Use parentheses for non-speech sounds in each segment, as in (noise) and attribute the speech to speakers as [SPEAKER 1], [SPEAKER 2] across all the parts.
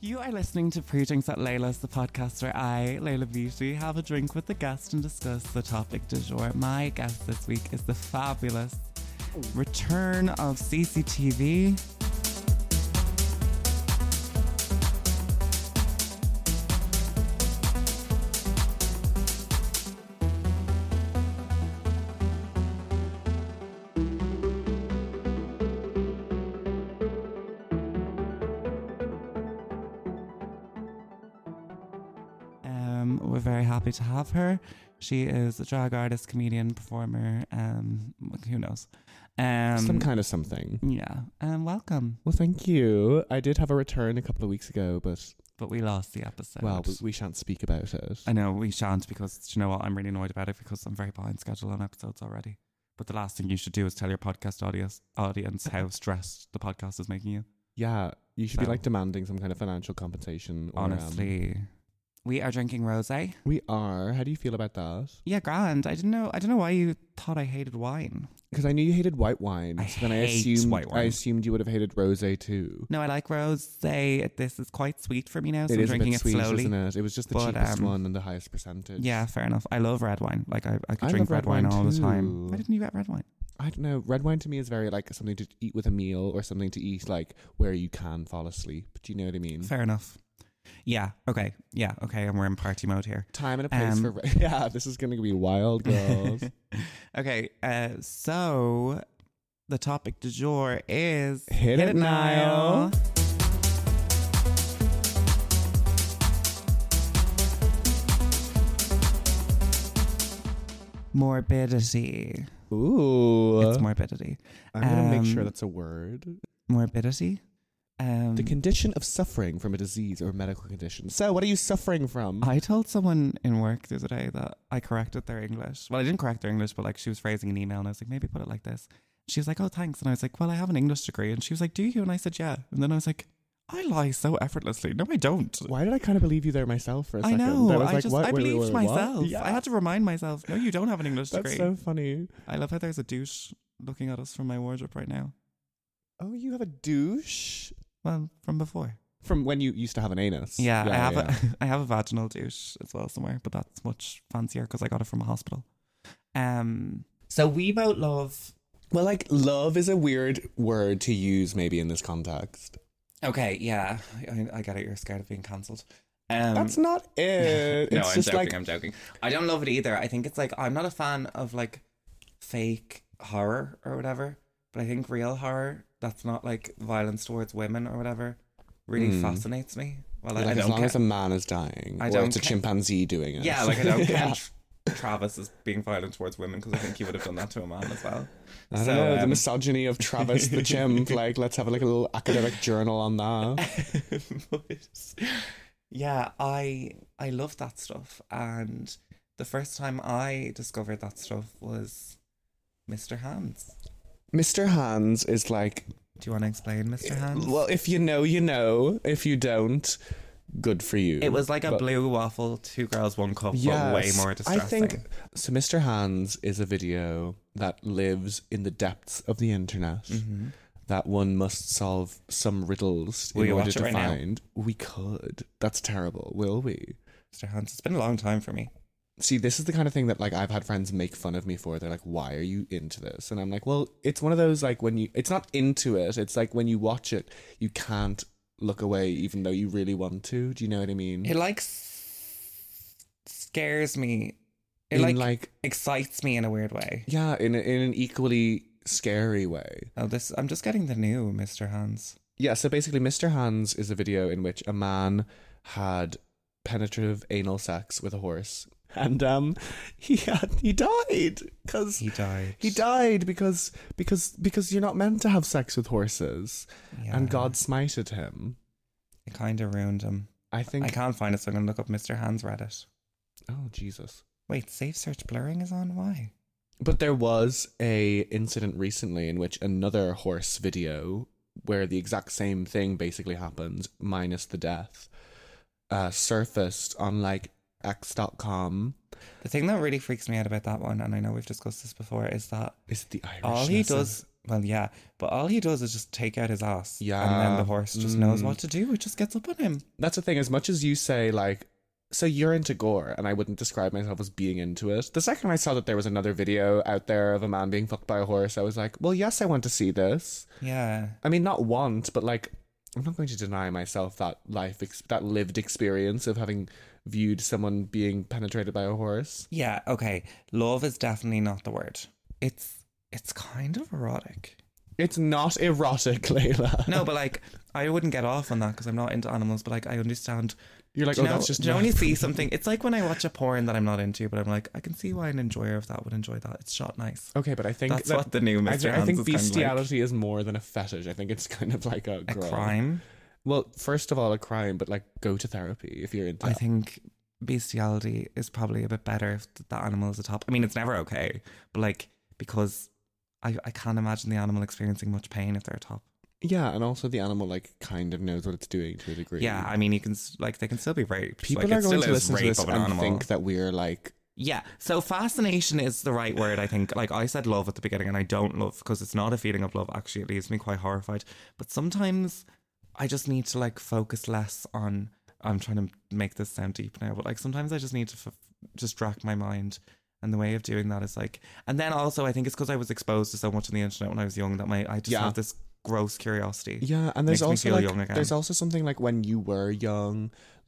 [SPEAKER 1] You are listening to Pre Drinks at Layla's, the podcast where I, Layla Beauty, have a drink with the guest and discuss the topic du jour. My guest this week is the fabulous return of CCTV. Um, we're very happy to have her. She is a drag artist, comedian, performer. Um, who knows? Um,
[SPEAKER 2] Some kind of something.
[SPEAKER 1] Yeah. Um, welcome.
[SPEAKER 2] Well, thank you. I did have a return a couple of weeks ago, but
[SPEAKER 1] But we lost the episode.
[SPEAKER 2] well, we, we shan't speak about it.
[SPEAKER 1] I know we shan't because do you know what? I'm really annoyed about it because I'm very behind schedule on episodes already. But the last thing you should do is tell your podcast audience audience
[SPEAKER 2] (laughs)
[SPEAKER 1] how stressed the podcast is making you.
[SPEAKER 2] yeah, you should
[SPEAKER 1] No.
[SPEAKER 2] be like demanding some kind of financial compensation. Or, um,
[SPEAKER 1] Honestly. We are drinking rosé.
[SPEAKER 2] we are. How do you feel about that?
[SPEAKER 1] Yeah, grand. I didn't know. I don't know why you thought I hated wine.
[SPEAKER 2] Because I knew you hated white wine.
[SPEAKER 1] I
[SPEAKER 2] so then I
[SPEAKER 1] hate
[SPEAKER 2] assumed
[SPEAKER 1] white wine.
[SPEAKER 2] I assumed you would have hated rosé too.
[SPEAKER 1] No, I like rosé. This is quite sweet for me now, so
[SPEAKER 2] it
[SPEAKER 1] I'm
[SPEAKER 2] is a
[SPEAKER 1] drinking
[SPEAKER 2] bit
[SPEAKER 1] it
[SPEAKER 2] sweet,
[SPEAKER 1] slowly.
[SPEAKER 2] isn't it? It was just the
[SPEAKER 1] But,
[SPEAKER 2] cheapest
[SPEAKER 1] um,
[SPEAKER 2] one and the highest percentage.
[SPEAKER 1] Yeah, fair enough. I love red wine. Like I, I could
[SPEAKER 2] I
[SPEAKER 1] drink
[SPEAKER 2] love
[SPEAKER 1] red,
[SPEAKER 2] red
[SPEAKER 1] wine,
[SPEAKER 2] wine
[SPEAKER 1] all the time.
[SPEAKER 2] too.
[SPEAKER 1] Why didn't you get red wine?
[SPEAKER 2] I don't know. Red wine to me is very like something to eat with a meal or something to eat like where you can fall asleep. Do you know what I mean?
[SPEAKER 1] Fair enough. Yeah. Okay. Yeah. Okay. And we're in party mode here.
[SPEAKER 2] Time and a place
[SPEAKER 1] Um,
[SPEAKER 2] for (laughs) re- yeah. This is going to be wild, girls.
[SPEAKER 1] Okay. Uh, so the topic du jour is
[SPEAKER 2] Hit it, Niall.
[SPEAKER 1] Morbidity.
[SPEAKER 2] Ooh,
[SPEAKER 1] it's morbidity.
[SPEAKER 2] I'm gonna make sure
[SPEAKER 1] um,
[SPEAKER 2] that's a word. Mm.
[SPEAKER 1] Morbidity. Um,
[SPEAKER 2] The condition of suffering from a disease or medical condition. So, what are you suffering from?
[SPEAKER 1] I told someone in work the other day that I corrected their English. Well, I didn't correct their English, but like she was phrasing an email and I was like, maybe put it like this. She was like, oh, thanks. And I was like, well, I have an English degree. And she was like, do you? And I said, yeah. And then I was like, I lie so effortlessly. No, I don't.
[SPEAKER 2] Why did I kind of believe you there myself for a
[SPEAKER 1] I
[SPEAKER 2] second?
[SPEAKER 1] know. I,
[SPEAKER 2] was like,
[SPEAKER 1] just,
[SPEAKER 2] what?
[SPEAKER 1] I
[SPEAKER 2] Wait, wait,
[SPEAKER 1] believed
[SPEAKER 2] wait, what?
[SPEAKER 1] myself.
[SPEAKER 2] Yeah.
[SPEAKER 1] I had to remind myself, no, you don't have an English
[SPEAKER 2] That's
[SPEAKER 1] degree.
[SPEAKER 2] so funny.
[SPEAKER 1] I love how there's a douche looking at us from my wardrobe right now.
[SPEAKER 2] Oh, you have a douche
[SPEAKER 1] Well, from before.
[SPEAKER 2] from when you used to have an anus.
[SPEAKER 1] Yeah, I have
[SPEAKER 2] yeah.
[SPEAKER 1] a (laughs) I have a vaginal douche as well somewhere, but that's much fancier because I got it from a hospital. Um. So we both love.
[SPEAKER 2] Well, like love is a weird word to use maybe in this context.
[SPEAKER 1] Okay, yeah, I, I get it. You're scared of being cancelled. Um,
[SPEAKER 2] That's not (laughs) it.
[SPEAKER 1] no,
[SPEAKER 2] it's
[SPEAKER 1] I'm
[SPEAKER 2] just
[SPEAKER 1] joking.
[SPEAKER 2] like
[SPEAKER 1] I'm joking. I don't love it either. I think it's like I'm not a fan of like fake horror or whatever, but I think real horror that's not like violence towards women or whatever really
[SPEAKER 2] Hmm.
[SPEAKER 1] fascinates me. Well,
[SPEAKER 2] like,
[SPEAKER 1] I, I
[SPEAKER 2] as
[SPEAKER 1] don't
[SPEAKER 2] long
[SPEAKER 1] care.
[SPEAKER 2] as a man is dying,
[SPEAKER 1] I
[SPEAKER 2] or
[SPEAKER 1] don't
[SPEAKER 2] it's a
[SPEAKER 1] ca-
[SPEAKER 2] chimpanzee doing it.
[SPEAKER 1] Yeah, like I
[SPEAKER 2] (laughs)
[SPEAKER 1] don't
[SPEAKER 2] Yeah.
[SPEAKER 1] count Travis as being violent towards women because I think he would have done that to a man as well.
[SPEAKER 2] I don't
[SPEAKER 1] So,
[SPEAKER 2] know the
[SPEAKER 1] um,
[SPEAKER 2] misogyny of Travis the
[SPEAKER 1] (laughs)
[SPEAKER 2] chimp. Like, let's have a like, a little academic journal on that.
[SPEAKER 1] But, yeah, I I love that stuff, and the first time I discovered that stuff was Mr. Hands.
[SPEAKER 2] Mr. Hands is like,
[SPEAKER 1] Do you want to explain, Mr. Hands?
[SPEAKER 2] well, if you know, you know. If you don't, good for you.
[SPEAKER 1] It was like a
[SPEAKER 2] But-
[SPEAKER 1] blue waffle, two girls, one cup, but
[SPEAKER 2] Yes,
[SPEAKER 1] way more distressing.
[SPEAKER 2] I think so. Mr. Hands is a video that lives in the depths of the internet. That one must solve some riddles
[SPEAKER 1] Mm-hmm. Will
[SPEAKER 2] in
[SPEAKER 1] you
[SPEAKER 2] order
[SPEAKER 1] watch it
[SPEAKER 2] to
[SPEAKER 1] right now?
[SPEAKER 2] find. We could. That's terrible. Will we?
[SPEAKER 1] Mr. Hands. It's been a long time for me.
[SPEAKER 2] see this is the kind of thing that like i've had friends make fun of me for they're like why are you into this and i'm like well it's one of those like when you it's not into it it's like when you watch it you can't look away even though you really want to do you know what i mean
[SPEAKER 1] It like s- scares me. It
[SPEAKER 2] in
[SPEAKER 1] like,
[SPEAKER 2] like,
[SPEAKER 1] excites me in a weird way.
[SPEAKER 2] yeah in, a- in an equally scary way
[SPEAKER 1] Oh, this I'm just getting the new Mr. Hands.
[SPEAKER 2] yeah so basically mr hands is a video in which a man had penetrative anal sex with a horse and um (laughs) he had he died because
[SPEAKER 1] He died.
[SPEAKER 2] He died because because because you're not meant to have sex with horses, and
[SPEAKER 1] Yeah.
[SPEAKER 2] God smited him.
[SPEAKER 1] It kind of ruined him.
[SPEAKER 2] I
[SPEAKER 1] I
[SPEAKER 2] think.
[SPEAKER 1] can't find it, so I'm gonna look up Mr. Hands Reddit.
[SPEAKER 2] oh Jesus!
[SPEAKER 1] Wait, safe search blurring is on. Why?
[SPEAKER 2] But there was a incident recently in which another horse video where the exact same thing basically happens, minus the death, uh, surfaced on like X.com.
[SPEAKER 1] The thing that really freaks me out about that one, and I know we've discussed this before, is that
[SPEAKER 2] Is it the Irish?
[SPEAKER 1] all he does Well, yeah, but all he does is just take out his ass. And
[SPEAKER 2] Yeah.
[SPEAKER 1] then the horse just knows
[SPEAKER 2] Mm.
[SPEAKER 1] what to do. It just gets up on him.
[SPEAKER 2] That's the thing. As much as you say, like, so you're into gore, and I wouldn't describe myself as being into it. The second I saw that there was another video out there of a man being fucked by a horse, I was like, well, yes, I want to see this.
[SPEAKER 1] Yeah.
[SPEAKER 2] I mean, not want, but like, I'm not going to deny myself that life, ex- that lived experience of having viewed someone being penetrated by a horse.
[SPEAKER 1] Yeah, okay. Love is definitely not the word. It's it's kind of erotic.
[SPEAKER 2] It's not erotic, (laughs) Layla.
[SPEAKER 1] No, but like I wouldn't get off on that because I'm not into animals, but like I understand.
[SPEAKER 2] You're like,
[SPEAKER 1] do
[SPEAKER 2] oh,
[SPEAKER 1] you know,
[SPEAKER 2] that's just.
[SPEAKER 1] do you know
[SPEAKER 2] not-
[SPEAKER 1] when you see something? It's like when I watch a porn that I'm not into, but I'm like, I can see why an enjoyer of that would enjoy that. It's shot nice.
[SPEAKER 2] okay, but I think
[SPEAKER 1] That's
[SPEAKER 2] that-
[SPEAKER 1] what the new Mr.
[SPEAKER 2] I, thi- I
[SPEAKER 1] Hands
[SPEAKER 2] think
[SPEAKER 1] is kind of like.
[SPEAKER 2] bestiality is more than a fetish. I think it's kind of like a,
[SPEAKER 1] a
[SPEAKER 2] girl.
[SPEAKER 1] crime.
[SPEAKER 2] Well, first of all, a crime, but like go to therapy if you're into.
[SPEAKER 1] I think bestiality is probably a bit better if th- the animal is a top. I mean, it's never okay, but like because I I can't imagine the animal experiencing much pain if they're a top.
[SPEAKER 2] yeah, and also the animal like kind of knows what it's doing to a degree.
[SPEAKER 1] Yeah, I mean, you can s- like they can still be raped.
[SPEAKER 2] people
[SPEAKER 1] Like,
[SPEAKER 2] are
[SPEAKER 1] it still
[SPEAKER 2] going to
[SPEAKER 1] is
[SPEAKER 2] listen to
[SPEAKER 1] rape
[SPEAKER 2] this
[SPEAKER 1] of
[SPEAKER 2] and
[SPEAKER 1] an animal.
[SPEAKER 2] think that we're like
[SPEAKER 1] Yeah, so fascination is the right word, I think. Like I said, love at the beginning, and I don't love because it's not a feeling of love. Actually, it leaves me quite horrified. But sometimes I just need to like focus less on. I'm trying to make this sound deep now, but like sometimes I just need to f- distract my mind. And the way of doing that is like, and then also I think it's because I was exposed to so much on the internet when I was young that my I just
[SPEAKER 2] Yeah.
[SPEAKER 1] have this gross curiosity.
[SPEAKER 2] Yeah, and there's
[SPEAKER 1] Makes me
[SPEAKER 2] also
[SPEAKER 1] feel
[SPEAKER 2] like,
[SPEAKER 1] young again.
[SPEAKER 2] there's also something like when you were young,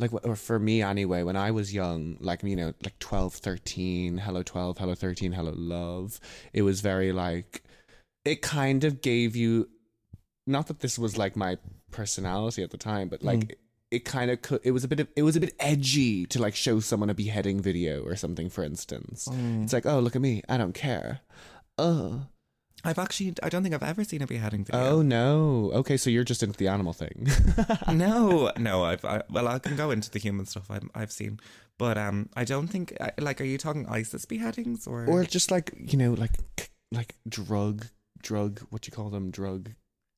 [SPEAKER 2] like wh- or for me anyway, when I was young, like you know, like 12, 13, hello 12, hello 13, hello love. It was very like it kind of gave you not that this was like my personality at the time, but like
[SPEAKER 1] Mm.
[SPEAKER 2] it, it kind of co- it was a bit of it was a bit edgy to like show someone a beheading video or something for instance. It's like, "Oh, look at me. I don't care." Oh.
[SPEAKER 1] I've actually, I don't think I've ever seen a beheading video.
[SPEAKER 2] Oh no. Okay, so you're just into the animal thing.
[SPEAKER 1] (laughs)
[SPEAKER 2] (laughs)
[SPEAKER 1] no, no. I've I, well, I can go into the human stuff I'm, I've seen, but um, I don't think I- like. Are you talking ISIS beheadings or?
[SPEAKER 2] or just like you know like c- like drug drug what do you call them drug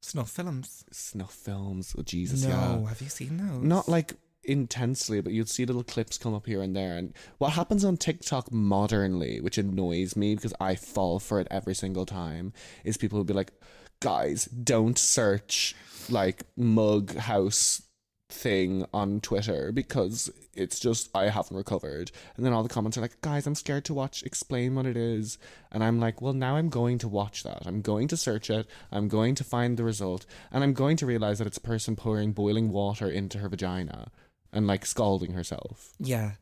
[SPEAKER 1] snuff films?
[SPEAKER 2] snuff films oh, jesus
[SPEAKER 1] No,
[SPEAKER 2] yeah
[SPEAKER 1] have you seen those?
[SPEAKER 2] not like intensely but you'd see little clips come up here and there and what happens on tiktok modernly which annoys me because i fall for it every single time is people will be like guys don't search like mug house thing on twitter because it's just i haven't recovered and then all the comments are like guys i'm scared to watch explain what it is and i'm like well now i'm going to watch that i'm going to search it i'm going to find the result and i'm going to realize that it's a person pouring boiling water into her vagina and like scalding herself
[SPEAKER 1] yeah.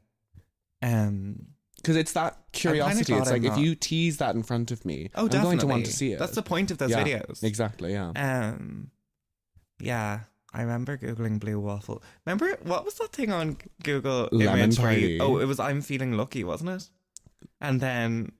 [SPEAKER 1] Um.
[SPEAKER 2] because it's that curiosity
[SPEAKER 1] glad
[SPEAKER 2] it's
[SPEAKER 1] I'm
[SPEAKER 2] like if
[SPEAKER 1] not-
[SPEAKER 2] you tease that in front of me
[SPEAKER 1] Oh,
[SPEAKER 2] i'm
[SPEAKER 1] definitely.
[SPEAKER 2] going to want to see it
[SPEAKER 1] That's the point of those
[SPEAKER 2] Yeah,
[SPEAKER 1] videos.
[SPEAKER 2] exactly yeah
[SPEAKER 1] Um. Yeah. I remember googling blue waffle. Remember what was that thing on Google
[SPEAKER 2] Lemon
[SPEAKER 1] Image? where
[SPEAKER 2] party.
[SPEAKER 1] you- oh, it was I'm feeling lucky, wasn't it? And then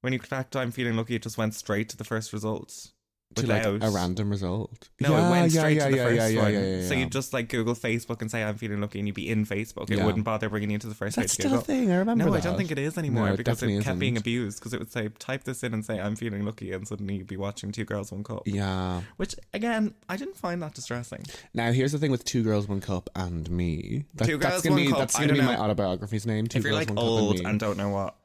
[SPEAKER 1] when you clicked I'm feeling lucky, it just went straight to the first results.
[SPEAKER 2] to like
[SPEAKER 1] without-
[SPEAKER 2] a random result
[SPEAKER 1] No, it went straight to the first one.
[SPEAKER 2] yeah,
[SPEAKER 1] So
[SPEAKER 2] yeah.
[SPEAKER 1] you just like Google Facebook and say I'm feeling lucky, and you'd be in Facebook. It
[SPEAKER 2] Yeah.
[SPEAKER 1] wouldn't bother bringing you to the first
[SPEAKER 2] that's
[SPEAKER 1] page. of
[SPEAKER 2] still a
[SPEAKER 1] Google.
[SPEAKER 2] thing i remember
[SPEAKER 1] No, I
[SPEAKER 2] that.
[SPEAKER 1] don't think it is anymore
[SPEAKER 2] No, it
[SPEAKER 1] because it
[SPEAKER 2] definitely
[SPEAKER 1] kept being
[SPEAKER 2] isn't.
[SPEAKER 1] abused because it would say type this in and say I'm feeling lucky, and suddenly you'd be watching Two Girls One Cup.
[SPEAKER 2] yeah
[SPEAKER 1] Which again, I didn't find that distressing.
[SPEAKER 2] Now here's the thing with two girls, one cup, and me. That,
[SPEAKER 1] Two
[SPEAKER 2] that's
[SPEAKER 1] Girls,
[SPEAKER 2] gonna
[SPEAKER 1] One
[SPEAKER 2] be,
[SPEAKER 1] Cup,
[SPEAKER 2] That's
[SPEAKER 1] I
[SPEAKER 2] gonna
[SPEAKER 1] don't
[SPEAKER 2] be my
[SPEAKER 1] know.
[SPEAKER 2] autobiography's name. Two
[SPEAKER 1] if you're
[SPEAKER 2] girls,
[SPEAKER 1] like
[SPEAKER 2] one
[SPEAKER 1] old
[SPEAKER 2] cup,
[SPEAKER 1] and,
[SPEAKER 2] and, me.
[SPEAKER 1] don't know what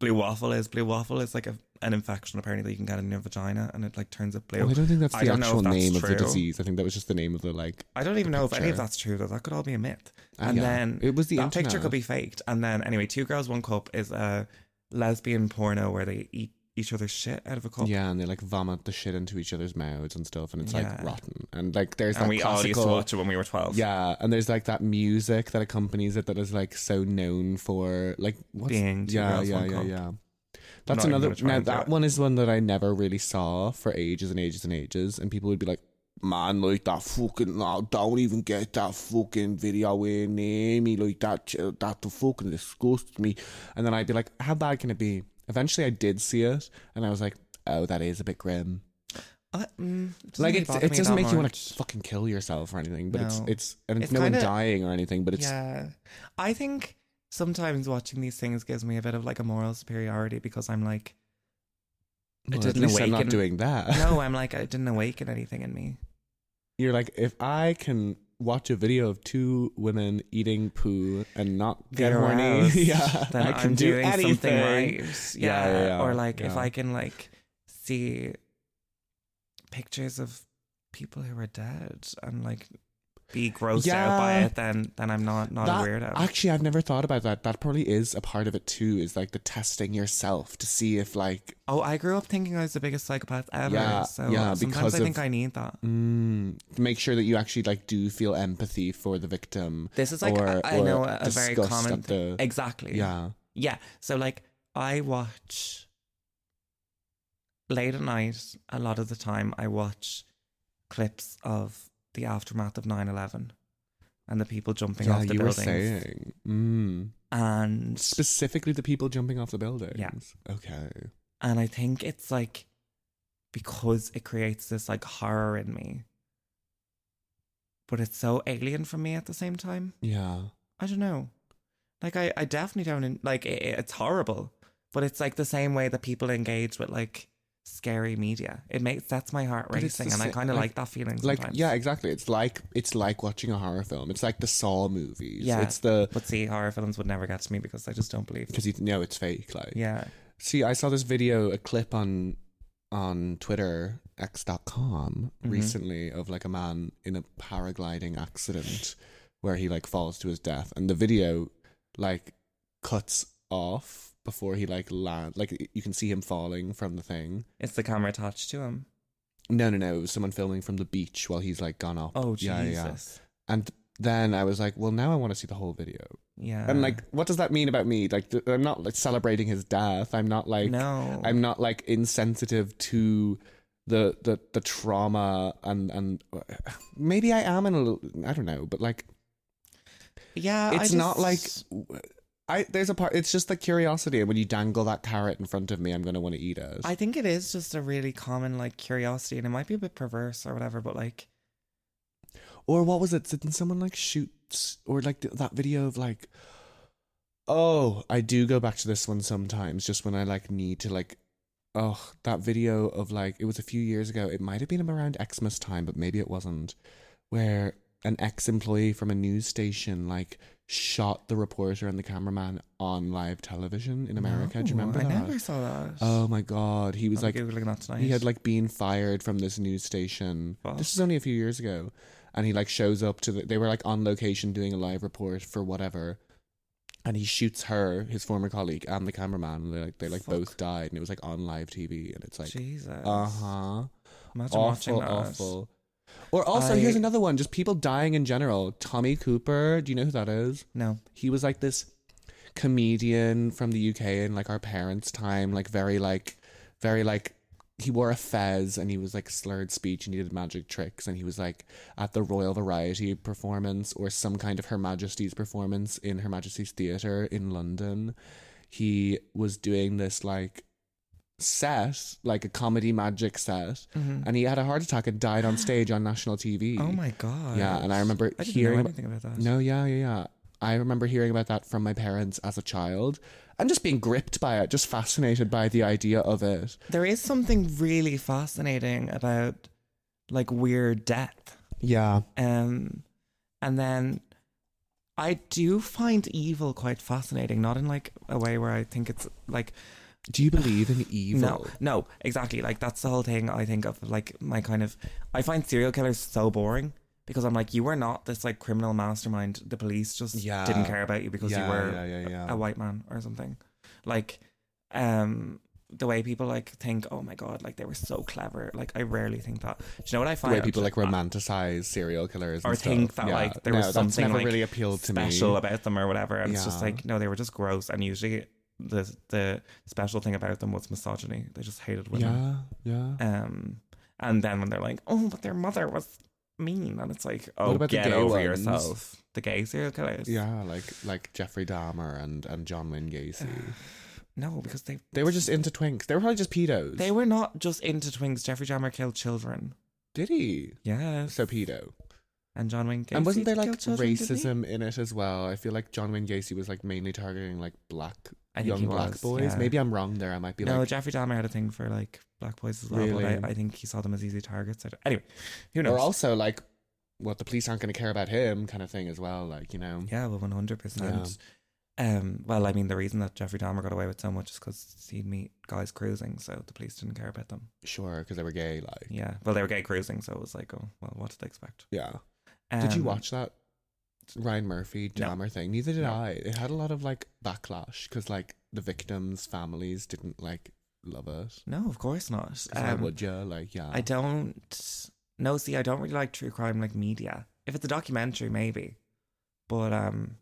[SPEAKER 1] blue waffle is, blue waffle is like a, an infection apparently you can get in your vagina and it like turns it blue.
[SPEAKER 2] Well, Oh, I don't think that's
[SPEAKER 1] I
[SPEAKER 2] the
[SPEAKER 1] don't know if
[SPEAKER 2] actual
[SPEAKER 1] that's
[SPEAKER 2] name of the
[SPEAKER 1] true.
[SPEAKER 2] disease. I think that was just the name of the like.
[SPEAKER 1] I don't even know if any
[SPEAKER 2] picture.
[SPEAKER 1] of that's true though. That could all be a myth.
[SPEAKER 2] ah,
[SPEAKER 1] and
[SPEAKER 2] yeah.
[SPEAKER 1] then
[SPEAKER 2] it was the
[SPEAKER 1] that
[SPEAKER 2] internet.
[SPEAKER 1] picture could be faked. And then anyway, two girls, one cup is a lesbian porno where they eat each other's shit out of a cup.
[SPEAKER 2] Yeah, and they like vomit the shit into each other's mouths and stuff, and it's like
[SPEAKER 1] Yeah.
[SPEAKER 2] rotten. And like there's
[SPEAKER 1] and
[SPEAKER 2] that
[SPEAKER 1] we all used
[SPEAKER 2] classical.
[SPEAKER 1] to watch it when we were twelve.
[SPEAKER 2] yeah, and there's like that music that accompanies it that is like so known for like what's
[SPEAKER 1] being two
[SPEAKER 2] yeah,
[SPEAKER 1] girls,
[SPEAKER 2] yeah,
[SPEAKER 1] one
[SPEAKER 2] yeah,
[SPEAKER 1] cup.
[SPEAKER 2] yeah.
[SPEAKER 1] not
[SPEAKER 2] That's
[SPEAKER 1] even
[SPEAKER 2] another.
[SPEAKER 1] gonna try
[SPEAKER 2] Now
[SPEAKER 1] and do
[SPEAKER 2] that
[SPEAKER 1] it.
[SPEAKER 2] one is one that I never really saw for ages and ages and ages, and people would be like, "Man, like that fucking, no, don't even get that fucking video in near me, like that, ch- that fucking disgusts me." And then I'd be like, "How bad can it be?" Eventually, I did see it, and I was like, "Oh, that is a bit grim."
[SPEAKER 1] Uh, mm, doesn't
[SPEAKER 2] like
[SPEAKER 1] really
[SPEAKER 2] it,
[SPEAKER 1] bother
[SPEAKER 2] it
[SPEAKER 1] me
[SPEAKER 2] doesn't
[SPEAKER 1] that
[SPEAKER 2] make you want
[SPEAKER 1] much.
[SPEAKER 2] to fucking kill yourself or anything, but it's
[SPEAKER 1] No.
[SPEAKER 2] it's and it's,
[SPEAKER 1] It's
[SPEAKER 2] no one
[SPEAKER 1] kinda-
[SPEAKER 2] dying or anything, but it's
[SPEAKER 1] yeah i think sometimes watching these things gives me a bit of like a moral superiority because i'm
[SPEAKER 2] (laughs)
[SPEAKER 1] like
[SPEAKER 2] well, at
[SPEAKER 1] didn't
[SPEAKER 2] least I'm not
[SPEAKER 1] awaken-
[SPEAKER 2] doing that.
[SPEAKER 1] no i'm like i didn't awaken anything in me
[SPEAKER 2] (laughs) You're like, if I can watch a video of two women eating poo and not get
[SPEAKER 1] They're
[SPEAKER 2] horny, (laughs)
[SPEAKER 1] aroused,
[SPEAKER 2] yeah,
[SPEAKER 1] then
[SPEAKER 2] I
[SPEAKER 1] I
[SPEAKER 2] can
[SPEAKER 1] am
[SPEAKER 2] do
[SPEAKER 1] doing
[SPEAKER 2] anything.
[SPEAKER 1] something right yeah,
[SPEAKER 2] Yeah, yeah, yeah,
[SPEAKER 1] or like if
[SPEAKER 2] yeah.
[SPEAKER 1] i can like see pictures of people who are dead and like be grossed out by
[SPEAKER 2] Yeah.
[SPEAKER 1] it, then then I'm not not
[SPEAKER 2] That-
[SPEAKER 1] a weirdo.
[SPEAKER 2] Actually, I've never thought about that. That probably is a part of it too. Is like the testing yourself to see if like
[SPEAKER 1] oh, I grew up thinking I was the biggest psychopath ever.
[SPEAKER 2] Yeah,
[SPEAKER 1] so
[SPEAKER 2] yeah, because
[SPEAKER 1] sometimes I think
[SPEAKER 2] of-
[SPEAKER 1] I need that.
[SPEAKER 2] mm, make sure that you actually like do feel empathy for the victim.
[SPEAKER 1] This is like
[SPEAKER 2] or,
[SPEAKER 1] I, I
[SPEAKER 2] or
[SPEAKER 1] know a, a very
[SPEAKER 2] disgust
[SPEAKER 1] common
[SPEAKER 2] at the-
[SPEAKER 1] exactly.
[SPEAKER 2] yeah.
[SPEAKER 1] Yeah. So like I watch late at night a lot of the time I watch clips of the aftermath of 9/11 and the people jumping
[SPEAKER 2] Yeah,
[SPEAKER 1] off the
[SPEAKER 2] you were
[SPEAKER 1] buildings
[SPEAKER 2] saying mm.
[SPEAKER 1] and
[SPEAKER 2] specifically the people jumping off the buildings. Okay.
[SPEAKER 1] and I think it's like because it creates this like horror in me. But it's so alien from me at the same time.
[SPEAKER 2] Yeah.
[SPEAKER 1] I don't know. Like I, I definitely don't en- like it, it's horrible, but it's like the same way that people engage with like scary media. It makes that's my heart
[SPEAKER 2] But it's the
[SPEAKER 1] racing, and I
[SPEAKER 2] sa-
[SPEAKER 1] kind of
[SPEAKER 2] like-
[SPEAKER 1] like, that feeling.
[SPEAKER 2] Like
[SPEAKER 1] Sometimes.
[SPEAKER 2] yeah, exactly. It's like it's like watching a horror film. It's like the Saw movies.
[SPEAKER 1] Yeah.
[SPEAKER 2] It's the
[SPEAKER 1] But see, horror films would never get to me because I just don't believe.
[SPEAKER 2] (laughs) because you know it's fake. Like
[SPEAKER 1] Yeah,
[SPEAKER 2] See, I saw this video, a clip on on Twitter x.com
[SPEAKER 1] Mhm.
[SPEAKER 2] recently of like a man in a paragliding accident where he like falls to his death and the video like cuts off before he like land like you can see him falling from the thing.
[SPEAKER 1] it's the camera attached to him.
[SPEAKER 2] No, no, no, it was someone filming from the beach while he's like gone up.
[SPEAKER 1] Oh Jesus!
[SPEAKER 2] Yeah,
[SPEAKER 1] Yeah,
[SPEAKER 2] yeah, yeah. And then I was like, well, now I want to see the whole video.
[SPEAKER 1] Uh.
[SPEAKER 2] and like what does that mean about me? Like th- I'm not like celebrating his death. I'm not like
[SPEAKER 1] no,
[SPEAKER 2] I'm not like insensitive to the the the trauma and and (sighs) maybe I am in a little I don't know, but like
[SPEAKER 1] yeah. I
[SPEAKER 2] it's not
[SPEAKER 1] just-
[SPEAKER 2] like I there's a part it's just the curiosity and when you dangle that carrot in front of me I'm going to want to eat it.
[SPEAKER 1] I think it is just a really common like curiosity, and it might be a bit perverse or whatever. But like,
[SPEAKER 2] or what was it? Didn't someone like shoot s- or like th- that video of like Oh, I do go back to this one sometimes just when I like need to like Oh, that video of like it was a few years ago. It might have been around Xmas time, but maybe it wasn't. Where an ex-employee from a news station like shot the reporter and the cameraman on live television in America. do you
[SPEAKER 1] No,
[SPEAKER 2] remember
[SPEAKER 1] I
[SPEAKER 2] that?
[SPEAKER 1] never saw that.
[SPEAKER 2] Oh my god, he was
[SPEAKER 1] I'm
[SPEAKER 2] like
[SPEAKER 1] googling that tonight.
[SPEAKER 2] he had like been fired from this news station. This is
[SPEAKER 1] Fuck.
[SPEAKER 2] only a few years ago, and he like shows up to the. They were like on location doing a live report for whatever, and he shoots her, his former colleague, and the cameraman. And they like they like
[SPEAKER 1] Fuck.
[SPEAKER 2] both died, and it was like on live TV, and it's like
[SPEAKER 1] Jesus.
[SPEAKER 2] uh
[SPEAKER 1] uh-huh.
[SPEAKER 2] huh,
[SPEAKER 1] Imagine watching
[SPEAKER 2] awful,
[SPEAKER 1] that.
[SPEAKER 2] awful. Or also, here's
[SPEAKER 1] I-
[SPEAKER 2] another one: just people dying in general. Tommy Cooper, do you know who that is?
[SPEAKER 1] No.
[SPEAKER 2] he was like this comedian from the UK in like our parents' time, like very like very like he wore a fez and he was like slurred speech and he did magic tricks and he was like at the Royal Variety performance or some kind of Her Majesty's performance in Her Majesty's Theatre in London. He was doing this like set, like a comedy magic set,
[SPEAKER 1] Mhm.
[SPEAKER 2] and he had a heart attack and died on stage on national TV.
[SPEAKER 1] Oh my god.
[SPEAKER 2] Yeah, and I remember
[SPEAKER 1] I didn't
[SPEAKER 2] hearing
[SPEAKER 1] know anything about that.
[SPEAKER 2] no, yeah, yeah, yeah. I remember hearing about that from my parents as a child and just being gripped by it, just fascinated by the idea of it.
[SPEAKER 1] There is something really fascinating about like weird death.
[SPEAKER 2] Yeah.
[SPEAKER 1] Um and then I do find evil quite fascinating, not in like a way where I think it's like
[SPEAKER 2] Do you believe in evil?
[SPEAKER 1] No, no, exactly. Like that's the whole thing I think of like my kind of I find serial killers so boring because I'm like, you were not this like criminal mastermind. The police just
[SPEAKER 2] Yeah.
[SPEAKER 1] didn't care about you because
[SPEAKER 2] Yeah,
[SPEAKER 1] you were
[SPEAKER 2] yeah, yeah, yeah.
[SPEAKER 1] a white man or something. Like, um the way people like think, oh my god, like they were so clever. Like I rarely think that. Do you know what I
[SPEAKER 2] The
[SPEAKER 1] find?
[SPEAKER 2] way people like romanticize serial killers and
[SPEAKER 1] uh, Or think
[SPEAKER 2] stuff.
[SPEAKER 1] that,
[SPEAKER 2] Yeah.
[SPEAKER 1] like, there
[SPEAKER 2] no,
[SPEAKER 1] was
[SPEAKER 2] that's
[SPEAKER 1] something,
[SPEAKER 2] never
[SPEAKER 1] like,
[SPEAKER 2] really appealed to
[SPEAKER 1] special
[SPEAKER 2] me.
[SPEAKER 1] about them or whatever. And it's just
[SPEAKER 2] Yeah.
[SPEAKER 1] like, no, they were just gross. And usually the the special thing about them was misogyny. They just hated women.
[SPEAKER 2] Yeah, yeah.
[SPEAKER 1] Um, and then when they're like, oh, but their mother was mean, and it's like, oh,
[SPEAKER 2] about the
[SPEAKER 1] get
[SPEAKER 2] gay
[SPEAKER 1] over
[SPEAKER 2] ones?
[SPEAKER 1] yourself. The gay serial killers.
[SPEAKER 2] yeah, like like Jeffrey Dahmer and, and John Wayne Gacy.
[SPEAKER 1] No, because they
[SPEAKER 2] They were just into twinks. They were probably just pedos.
[SPEAKER 1] they were not just into twins. Jeffrey Dahmer killed children.
[SPEAKER 2] Did he?
[SPEAKER 1] Yes.
[SPEAKER 2] So pedo.
[SPEAKER 1] and John Wayne.
[SPEAKER 2] and wasn't
[SPEAKER 1] Gacy
[SPEAKER 2] there like
[SPEAKER 1] killed children, didn't he?
[SPEAKER 2] racism in it as well? I feel like John Wayne Gacy was like mainly targeting like black
[SPEAKER 1] I think
[SPEAKER 2] young
[SPEAKER 1] he
[SPEAKER 2] black
[SPEAKER 1] was,
[SPEAKER 2] boys.
[SPEAKER 1] yeah.
[SPEAKER 2] Maybe I'm wrong there. I might be
[SPEAKER 1] No,
[SPEAKER 2] like,
[SPEAKER 1] Jeffrey Dahmer had a thing for like black boys as well.
[SPEAKER 2] Really?
[SPEAKER 1] But I, I think he saw them as easy targets. I don't- Anyway, who knows?
[SPEAKER 2] or also like, what the police aren't going to care about him, kind of thing as well. Like you know,
[SPEAKER 1] yeah, well, one hundred percent. Um, well, I mean, the reason that Jeffrey Dahmer got away with so much is because he'd meet guys cruising, so the police didn't care about them.
[SPEAKER 2] Sure, because they were gay. Like,
[SPEAKER 1] Yeah, well, they were gay cruising, so it was like, oh, well, what did they expect?
[SPEAKER 2] yeah. Did you
[SPEAKER 1] Um,
[SPEAKER 2] watch that Ryan Murphy
[SPEAKER 1] No.
[SPEAKER 2] Dahmer thing? Neither did
[SPEAKER 1] No.
[SPEAKER 2] I. It had a lot of like backlash because like the victims' families didn't like love it.
[SPEAKER 1] No, of course not.
[SPEAKER 2] 'Cause Why
[SPEAKER 1] Um,
[SPEAKER 2] would you? Like, yeah,
[SPEAKER 1] I don't. No, see, I don't really like true crime like media. If it's a documentary, maybe, but um,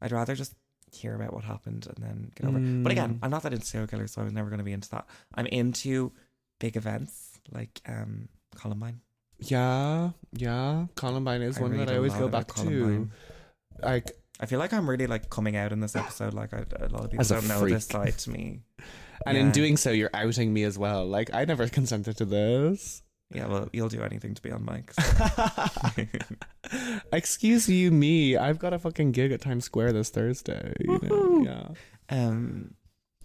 [SPEAKER 1] I'd rather just hear about what happened and then get over. it. But again,
[SPEAKER 2] Mm.
[SPEAKER 1] I'm not that into serial killers, so I was never going to be into that. I'm into big events like um Columbine.
[SPEAKER 2] yeah, yeah. Columbine is
[SPEAKER 1] I
[SPEAKER 2] one
[SPEAKER 1] read
[SPEAKER 2] that I
[SPEAKER 1] a
[SPEAKER 2] always
[SPEAKER 1] lot
[SPEAKER 2] go
[SPEAKER 1] about
[SPEAKER 2] back to.
[SPEAKER 1] Columbine.
[SPEAKER 2] Like,
[SPEAKER 1] I feel like I'm really like coming out in this episode. Like I, a lot of people
[SPEAKER 2] As a
[SPEAKER 1] don't know this
[SPEAKER 2] freak.
[SPEAKER 1] side to me.
[SPEAKER 2] and in
[SPEAKER 1] Yeah.
[SPEAKER 2] doing so, you're outing me as well. Like, I never (laughs) consented
[SPEAKER 1] (laughs)
[SPEAKER 2] to this.
[SPEAKER 1] Yeah, well, you'll do anything to be on mics.
[SPEAKER 2] (laughs)
[SPEAKER 1] (laughs)
[SPEAKER 2] Excuse you, me. I've got a fucking gig at Times Square this Thursday. You know?
[SPEAKER 1] Woohoo.
[SPEAKER 2] Yeah.
[SPEAKER 1] um,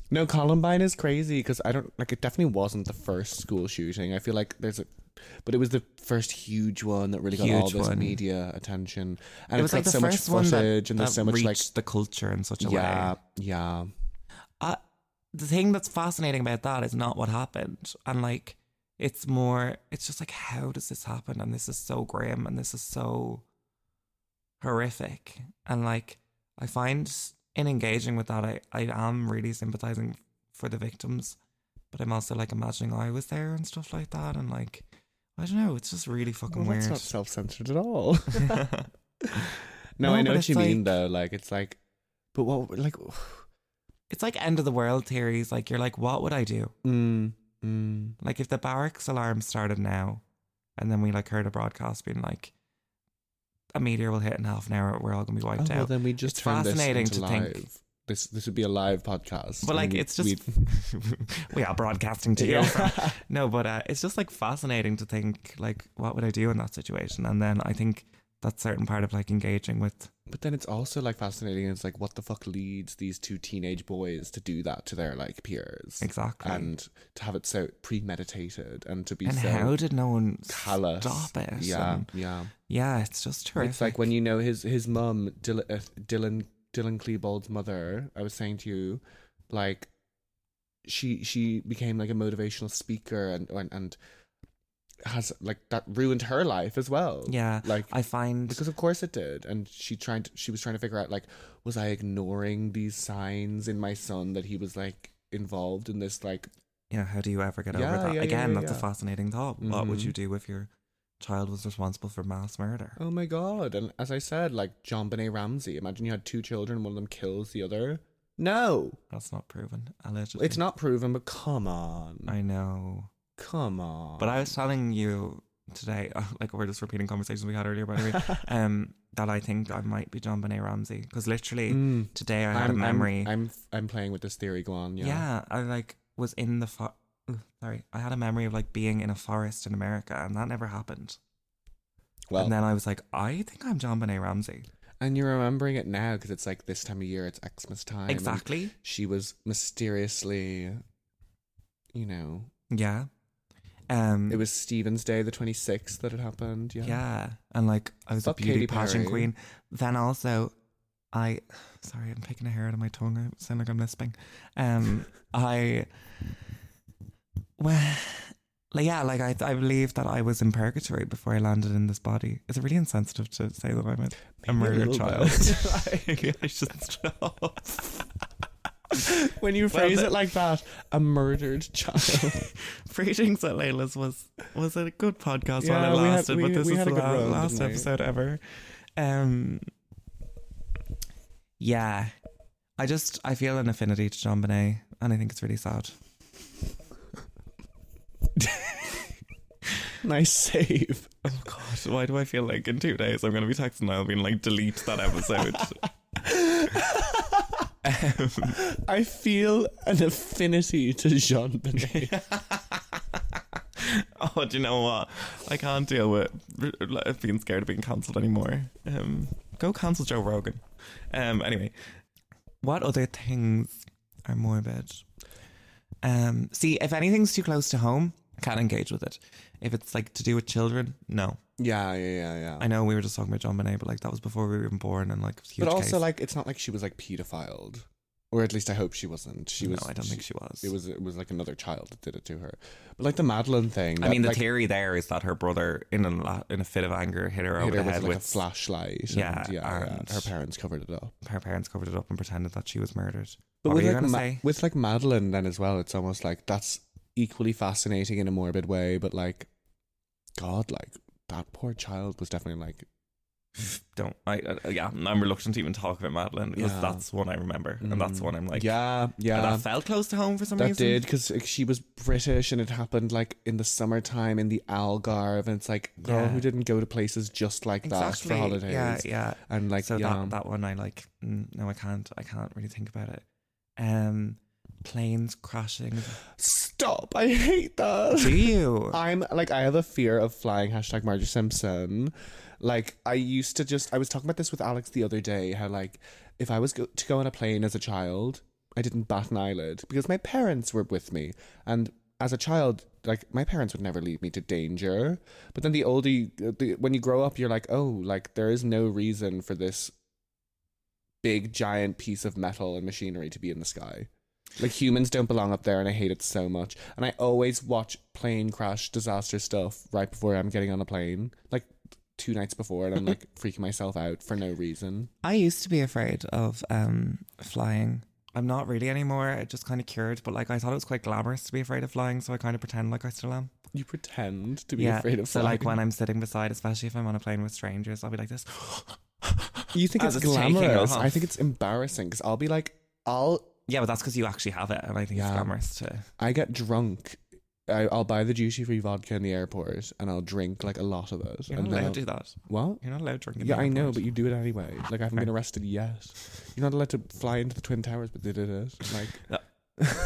[SPEAKER 2] No, Columbine is crazy because I don't like it. Definitely wasn't the first school shooting. I feel like there's a, but it was the first huge one that really got all
[SPEAKER 1] Huge
[SPEAKER 2] this
[SPEAKER 1] one.
[SPEAKER 2] media attention, and
[SPEAKER 1] It
[SPEAKER 2] it
[SPEAKER 1] was,
[SPEAKER 2] has got
[SPEAKER 1] like, the
[SPEAKER 2] so much
[SPEAKER 1] first one
[SPEAKER 2] footage,
[SPEAKER 1] that-
[SPEAKER 2] and there's
[SPEAKER 1] that
[SPEAKER 2] so much like,
[SPEAKER 1] reached the culture in such a way.
[SPEAKER 2] yeah, yeah,
[SPEAKER 1] uh, the thing that's fascinating about that is not what happened and like it's more it's just like how does this happen and this is so grim and this is so horrific and like i find in engaging with that i, I am really sympathizing for the victims but i'm also like imagining i was there and stuff like that and like i don't know it's just really fucking
[SPEAKER 2] Well, that's
[SPEAKER 1] weird
[SPEAKER 2] not self-centered at all. (laughs)
[SPEAKER 1] (laughs)
[SPEAKER 2] no,
[SPEAKER 1] No,
[SPEAKER 2] I
[SPEAKER 1] but
[SPEAKER 2] know what
[SPEAKER 1] it's
[SPEAKER 2] you mean
[SPEAKER 1] like-
[SPEAKER 2] though. Like it's like, but what like,
[SPEAKER 1] it's like end of the world theories like you're like what would i do
[SPEAKER 2] mm, mm,
[SPEAKER 1] Like if the barracks alarm started now, and then we like heard a broadcast being like, a meteor will hit in half an hour, we're all gonna be
[SPEAKER 2] oh,
[SPEAKER 1] wiped
[SPEAKER 2] well,
[SPEAKER 1] out.
[SPEAKER 2] then we just
[SPEAKER 1] It's
[SPEAKER 2] turn
[SPEAKER 1] fascinating
[SPEAKER 2] this into
[SPEAKER 1] to
[SPEAKER 2] live.
[SPEAKER 1] think.
[SPEAKER 2] This this would be a live podcast.
[SPEAKER 1] But like
[SPEAKER 2] and
[SPEAKER 1] it's just
[SPEAKER 2] we'd-
[SPEAKER 1] (laughs) we are broadcasting (laughs) to you. from-
[SPEAKER 2] Yeah.
[SPEAKER 1] (laughs) No, but uh, it's just like fascinating to think like what would I do in that situation? And then I think that's certain part of like engaging with
[SPEAKER 2] (laughs) But then it's also like fascinating. It's like what the fuck leads these two teenage boys to do that to their like peers,
[SPEAKER 1] exactly. And,
[SPEAKER 2] and to have it so premeditated and to be so
[SPEAKER 1] how did no one
[SPEAKER 2] callous.
[SPEAKER 1] stop it?
[SPEAKER 2] Yeah,
[SPEAKER 1] And
[SPEAKER 2] yeah.
[SPEAKER 1] yeah, it's just terrific.
[SPEAKER 2] It's like when you know his his mum, Dylan, uh, Dylan Dylan Klebold's mother. I was saying to you, like, she she became like a motivational speaker and and, and has like that ruined her life as well.
[SPEAKER 1] yeah,
[SPEAKER 2] like
[SPEAKER 1] I find
[SPEAKER 2] because of course it did and she tried to, she was trying to figure out like was i ignoring these signs in my son that he was like involved in this like
[SPEAKER 1] yeah, how do you ever get
[SPEAKER 2] Yeah,
[SPEAKER 1] over that?
[SPEAKER 2] yeah, yeah,
[SPEAKER 1] Again,
[SPEAKER 2] yeah,
[SPEAKER 1] that's
[SPEAKER 2] yeah.
[SPEAKER 1] a fascinating thought. What would
[SPEAKER 2] Mhm.
[SPEAKER 1] you do if your child was responsible for mass murder?
[SPEAKER 2] oh my god and as i said like john benet ramsey imagine you had two children one of them kills the other no
[SPEAKER 1] That's not proven. Allegedly.
[SPEAKER 2] it's not proven but come on
[SPEAKER 1] I know.
[SPEAKER 2] come on (laughs)
[SPEAKER 1] But I was telling you today, (laughs) like we're just repeating conversations we had earlier, by the way,
[SPEAKER 2] (laughs)
[SPEAKER 1] um, that I think I might be John Benet Ramsey. Because literally
[SPEAKER 2] Mm.
[SPEAKER 1] today I had
[SPEAKER 2] I'm,
[SPEAKER 1] a memory.
[SPEAKER 2] I'm, I'm I'm playing with this theory go on yeah,
[SPEAKER 1] yeah. I like was in the fo- Ugh, sorry. I had a memory of like being in a forest in America and that never happened.
[SPEAKER 2] well
[SPEAKER 1] and
[SPEAKER 2] and,
[SPEAKER 1] then I was like, I think I'm John Benet Ramsey.
[SPEAKER 2] you're remembering it now because it's like this time of year it's xmas time and
[SPEAKER 1] exactly.
[SPEAKER 2] she was mysteriously you know
[SPEAKER 1] Yeah. Um
[SPEAKER 2] It was Stephen's Day, the 26th, that it happened. Yeah.
[SPEAKER 1] Yeah. And like I was
[SPEAKER 2] Fuck
[SPEAKER 1] a beauty
[SPEAKER 2] Katy
[SPEAKER 1] pageant
[SPEAKER 2] Perry.
[SPEAKER 1] queen. Then also I sorry, I'm picking a hair out of my tongue. I sound like I'm lisping.
[SPEAKER 2] (laughs)
[SPEAKER 1] Um I well like, yeah, like I I believe that I was in purgatory before I landed in this body. Is it really insensitive to say that I'm a, a murdered child?
[SPEAKER 2] (laughs)
[SPEAKER 1] (laughs) Like, I should stop.
[SPEAKER 2] when you
[SPEAKER 1] Well,
[SPEAKER 2] phrase
[SPEAKER 1] the-
[SPEAKER 2] it like that, a murdered child.
[SPEAKER 1] Preachings at Layla's was was a good podcast
[SPEAKER 2] Yeah,
[SPEAKER 1] while it
[SPEAKER 2] we had-
[SPEAKER 1] lasted,
[SPEAKER 2] we-
[SPEAKER 1] but this
[SPEAKER 2] we
[SPEAKER 1] is
[SPEAKER 2] had
[SPEAKER 1] the
[SPEAKER 2] a good
[SPEAKER 1] la-
[SPEAKER 2] run,
[SPEAKER 1] last
[SPEAKER 2] didn't we?
[SPEAKER 1] episode ever. Um, yeah, I just I feel an affinity to John Bonet, and I think it's really sad.
[SPEAKER 2] nice save.
[SPEAKER 1] Oh God, why do I feel like in two days I'm going to be texting Niall being like, delete that (laughs) episode? Um,
[SPEAKER 2] I feel an affinity to Jean Benet.
[SPEAKER 1] (laughs) oh, do you know what? I can't deal with r- r- being scared of being cancelled anymore. Um, go cancel Joe Rogan. Um, anyway, what other things are morbid? Um, see, if anything's too close to home, can engage with it. If it's like to do with children, no.
[SPEAKER 2] (laughs) Yeah, yeah, yeah, yeah.
[SPEAKER 1] I know we were just talking about John Bonet, but like that was before we were even born, and like it was a huge
[SPEAKER 2] but also,
[SPEAKER 1] case.
[SPEAKER 2] like, it's not like she was like pedophiled, or at least I hope she wasn't. She was.
[SPEAKER 1] no, I don't think she was.
[SPEAKER 2] It was it was like another child that did it to her. But like the Madeline thing.
[SPEAKER 1] I mean, the
[SPEAKER 2] like,
[SPEAKER 1] theory there is that her brother, in a la- in a fit of anger, hit her over
[SPEAKER 2] hit her
[SPEAKER 1] the
[SPEAKER 2] with
[SPEAKER 1] head
[SPEAKER 2] like
[SPEAKER 1] with
[SPEAKER 2] a flashlight.
[SPEAKER 1] Yeah, um,
[SPEAKER 2] and, yeah, yeah.
[SPEAKER 1] and-
[SPEAKER 2] Her parents covered it up.
[SPEAKER 1] her parents covered it up and pretended that she was murdered. what
[SPEAKER 2] But
[SPEAKER 1] were
[SPEAKER 2] with
[SPEAKER 1] you
[SPEAKER 2] like,
[SPEAKER 1] gonna
[SPEAKER 2] Ma-
[SPEAKER 1] say?
[SPEAKER 2] with like Madeline then as well, it's almost like that's equally fascinating in a morbid way. But like, God, like that poor child was definitely like,
[SPEAKER 1] Don't I? I yeah, I'm reluctant to even talk about Madeline because
[SPEAKER 2] Yeah.
[SPEAKER 1] that's one I remember, and that's
[SPEAKER 2] Mm.
[SPEAKER 1] one I'm like,
[SPEAKER 2] yeah,
[SPEAKER 1] and
[SPEAKER 2] yeah.
[SPEAKER 1] that felt close to home for some
[SPEAKER 2] That
[SPEAKER 1] reason.
[SPEAKER 2] did because she was British and it happened like in the summertime in the Algarve, and it's like girl
[SPEAKER 1] Yeah.
[SPEAKER 2] who didn't go to places just like that for holidays.
[SPEAKER 1] Yeah, yeah.
[SPEAKER 2] And like,
[SPEAKER 1] so
[SPEAKER 2] yeah,
[SPEAKER 1] that that one I like. mm, No, I can't. I can't really think about it. Um, planes crashing.
[SPEAKER 2] (laughs) stop! I hate that. (laughs)
[SPEAKER 1] Do you?
[SPEAKER 2] I'm like I have a fear of flying. Hashtag Marge Simpson. Like I used to just I was talking about this with Alex the other day. How like if I was go- to go on a plane as a child, I didn't bat an eyelid because my parents were with me, and as a child, like my parents would never leave me to danger. But then the older you, the, when you grow up, you're like, oh, like there is no reason for this big giant piece of metal and machinery to be in the sky. Like humans don't belong up there, and I hate it so much. And I always watch plane crash disaster stuff right before I'm getting on a plane, like two nights before, and
[SPEAKER 1] (laughs)
[SPEAKER 2] I'm like freaking myself out for no reason.
[SPEAKER 1] I used to be afraid of um flying. I'm not really anymore. It just kind of cured, but like I thought it was quite glamorous to be afraid of flying, so I kind of pretend like I still am.
[SPEAKER 2] You pretend to be afraid of
[SPEAKER 1] so
[SPEAKER 2] flying.
[SPEAKER 1] like when I'm sitting beside, especially if I'm on a plane with strangers, I'll be like this.
[SPEAKER 2] you think
[SPEAKER 1] as
[SPEAKER 2] it's
[SPEAKER 1] it's taking
[SPEAKER 2] glamorous.
[SPEAKER 1] off.
[SPEAKER 2] I think it's embarrassing because I'll be like, I'll
[SPEAKER 1] Yeah, but that's because you actually have it, and I think
[SPEAKER 2] Yeah.
[SPEAKER 1] it's glamorous to.
[SPEAKER 2] I get drunk. I, I'll buy the duty free vodka in the airport, and I'll drink like a lot of it.
[SPEAKER 1] You're
[SPEAKER 2] and
[SPEAKER 1] not allowed
[SPEAKER 2] then I'll-
[SPEAKER 1] to do that.
[SPEAKER 2] what?
[SPEAKER 1] You're not allowed drinking.
[SPEAKER 2] Yeah, I know,
[SPEAKER 1] (laughs)
[SPEAKER 2] but you (laughs) do it anyway. Like I haven't been arrested yet. You're not allowed to fly into the twin towers, but they did it. Like,
[SPEAKER 1] Yeah.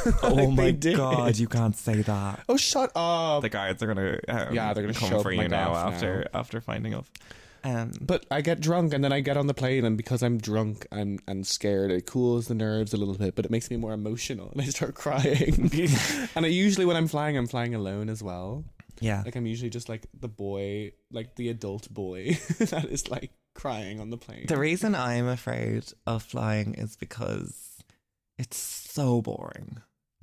[SPEAKER 2] Like,
[SPEAKER 1] oh
[SPEAKER 2] they
[SPEAKER 1] my
[SPEAKER 2] did.
[SPEAKER 1] god, you can't say that.
[SPEAKER 2] Oh, shut up!
[SPEAKER 1] The guards are gonna. Um,
[SPEAKER 2] Yeah, they're gonna
[SPEAKER 1] come
[SPEAKER 2] shove
[SPEAKER 1] for
[SPEAKER 2] my
[SPEAKER 1] you now
[SPEAKER 2] gaff
[SPEAKER 1] after after finding off. Um,
[SPEAKER 2] but I get drunk, and then I get on the plane, and because I'm drunk and and scared, it cools the nerves a little bit, but it makes me more emotional, and I
[SPEAKER 1] (laughs)
[SPEAKER 2] start crying. (laughs) and I usually, when I'm flying, I'm flying alone as well.
[SPEAKER 1] yeah,
[SPEAKER 2] Like I'm usually just like the boy, like the adult boy (laughs) that is like crying on the plane.
[SPEAKER 1] the reason I'm afraid of flying is because it's so boring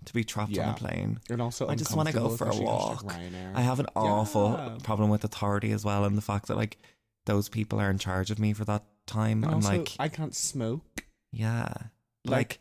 [SPEAKER 1] to be trapped on
[SPEAKER 2] Yeah.
[SPEAKER 1] a plane.
[SPEAKER 2] and also,
[SPEAKER 1] I just wanna go
[SPEAKER 2] uncomfortable,
[SPEAKER 1] for a
[SPEAKER 2] especially
[SPEAKER 1] walk.
[SPEAKER 2] after Ryanair.
[SPEAKER 1] I have an awful
[SPEAKER 2] Yeah.
[SPEAKER 1] problem with authority as well, and the fact that like those people are in charge of me for that time.
[SPEAKER 2] And
[SPEAKER 1] I'm
[SPEAKER 2] also,
[SPEAKER 1] like,
[SPEAKER 2] I can't smoke.
[SPEAKER 1] yeah,
[SPEAKER 2] Like-
[SPEAKER 1] like,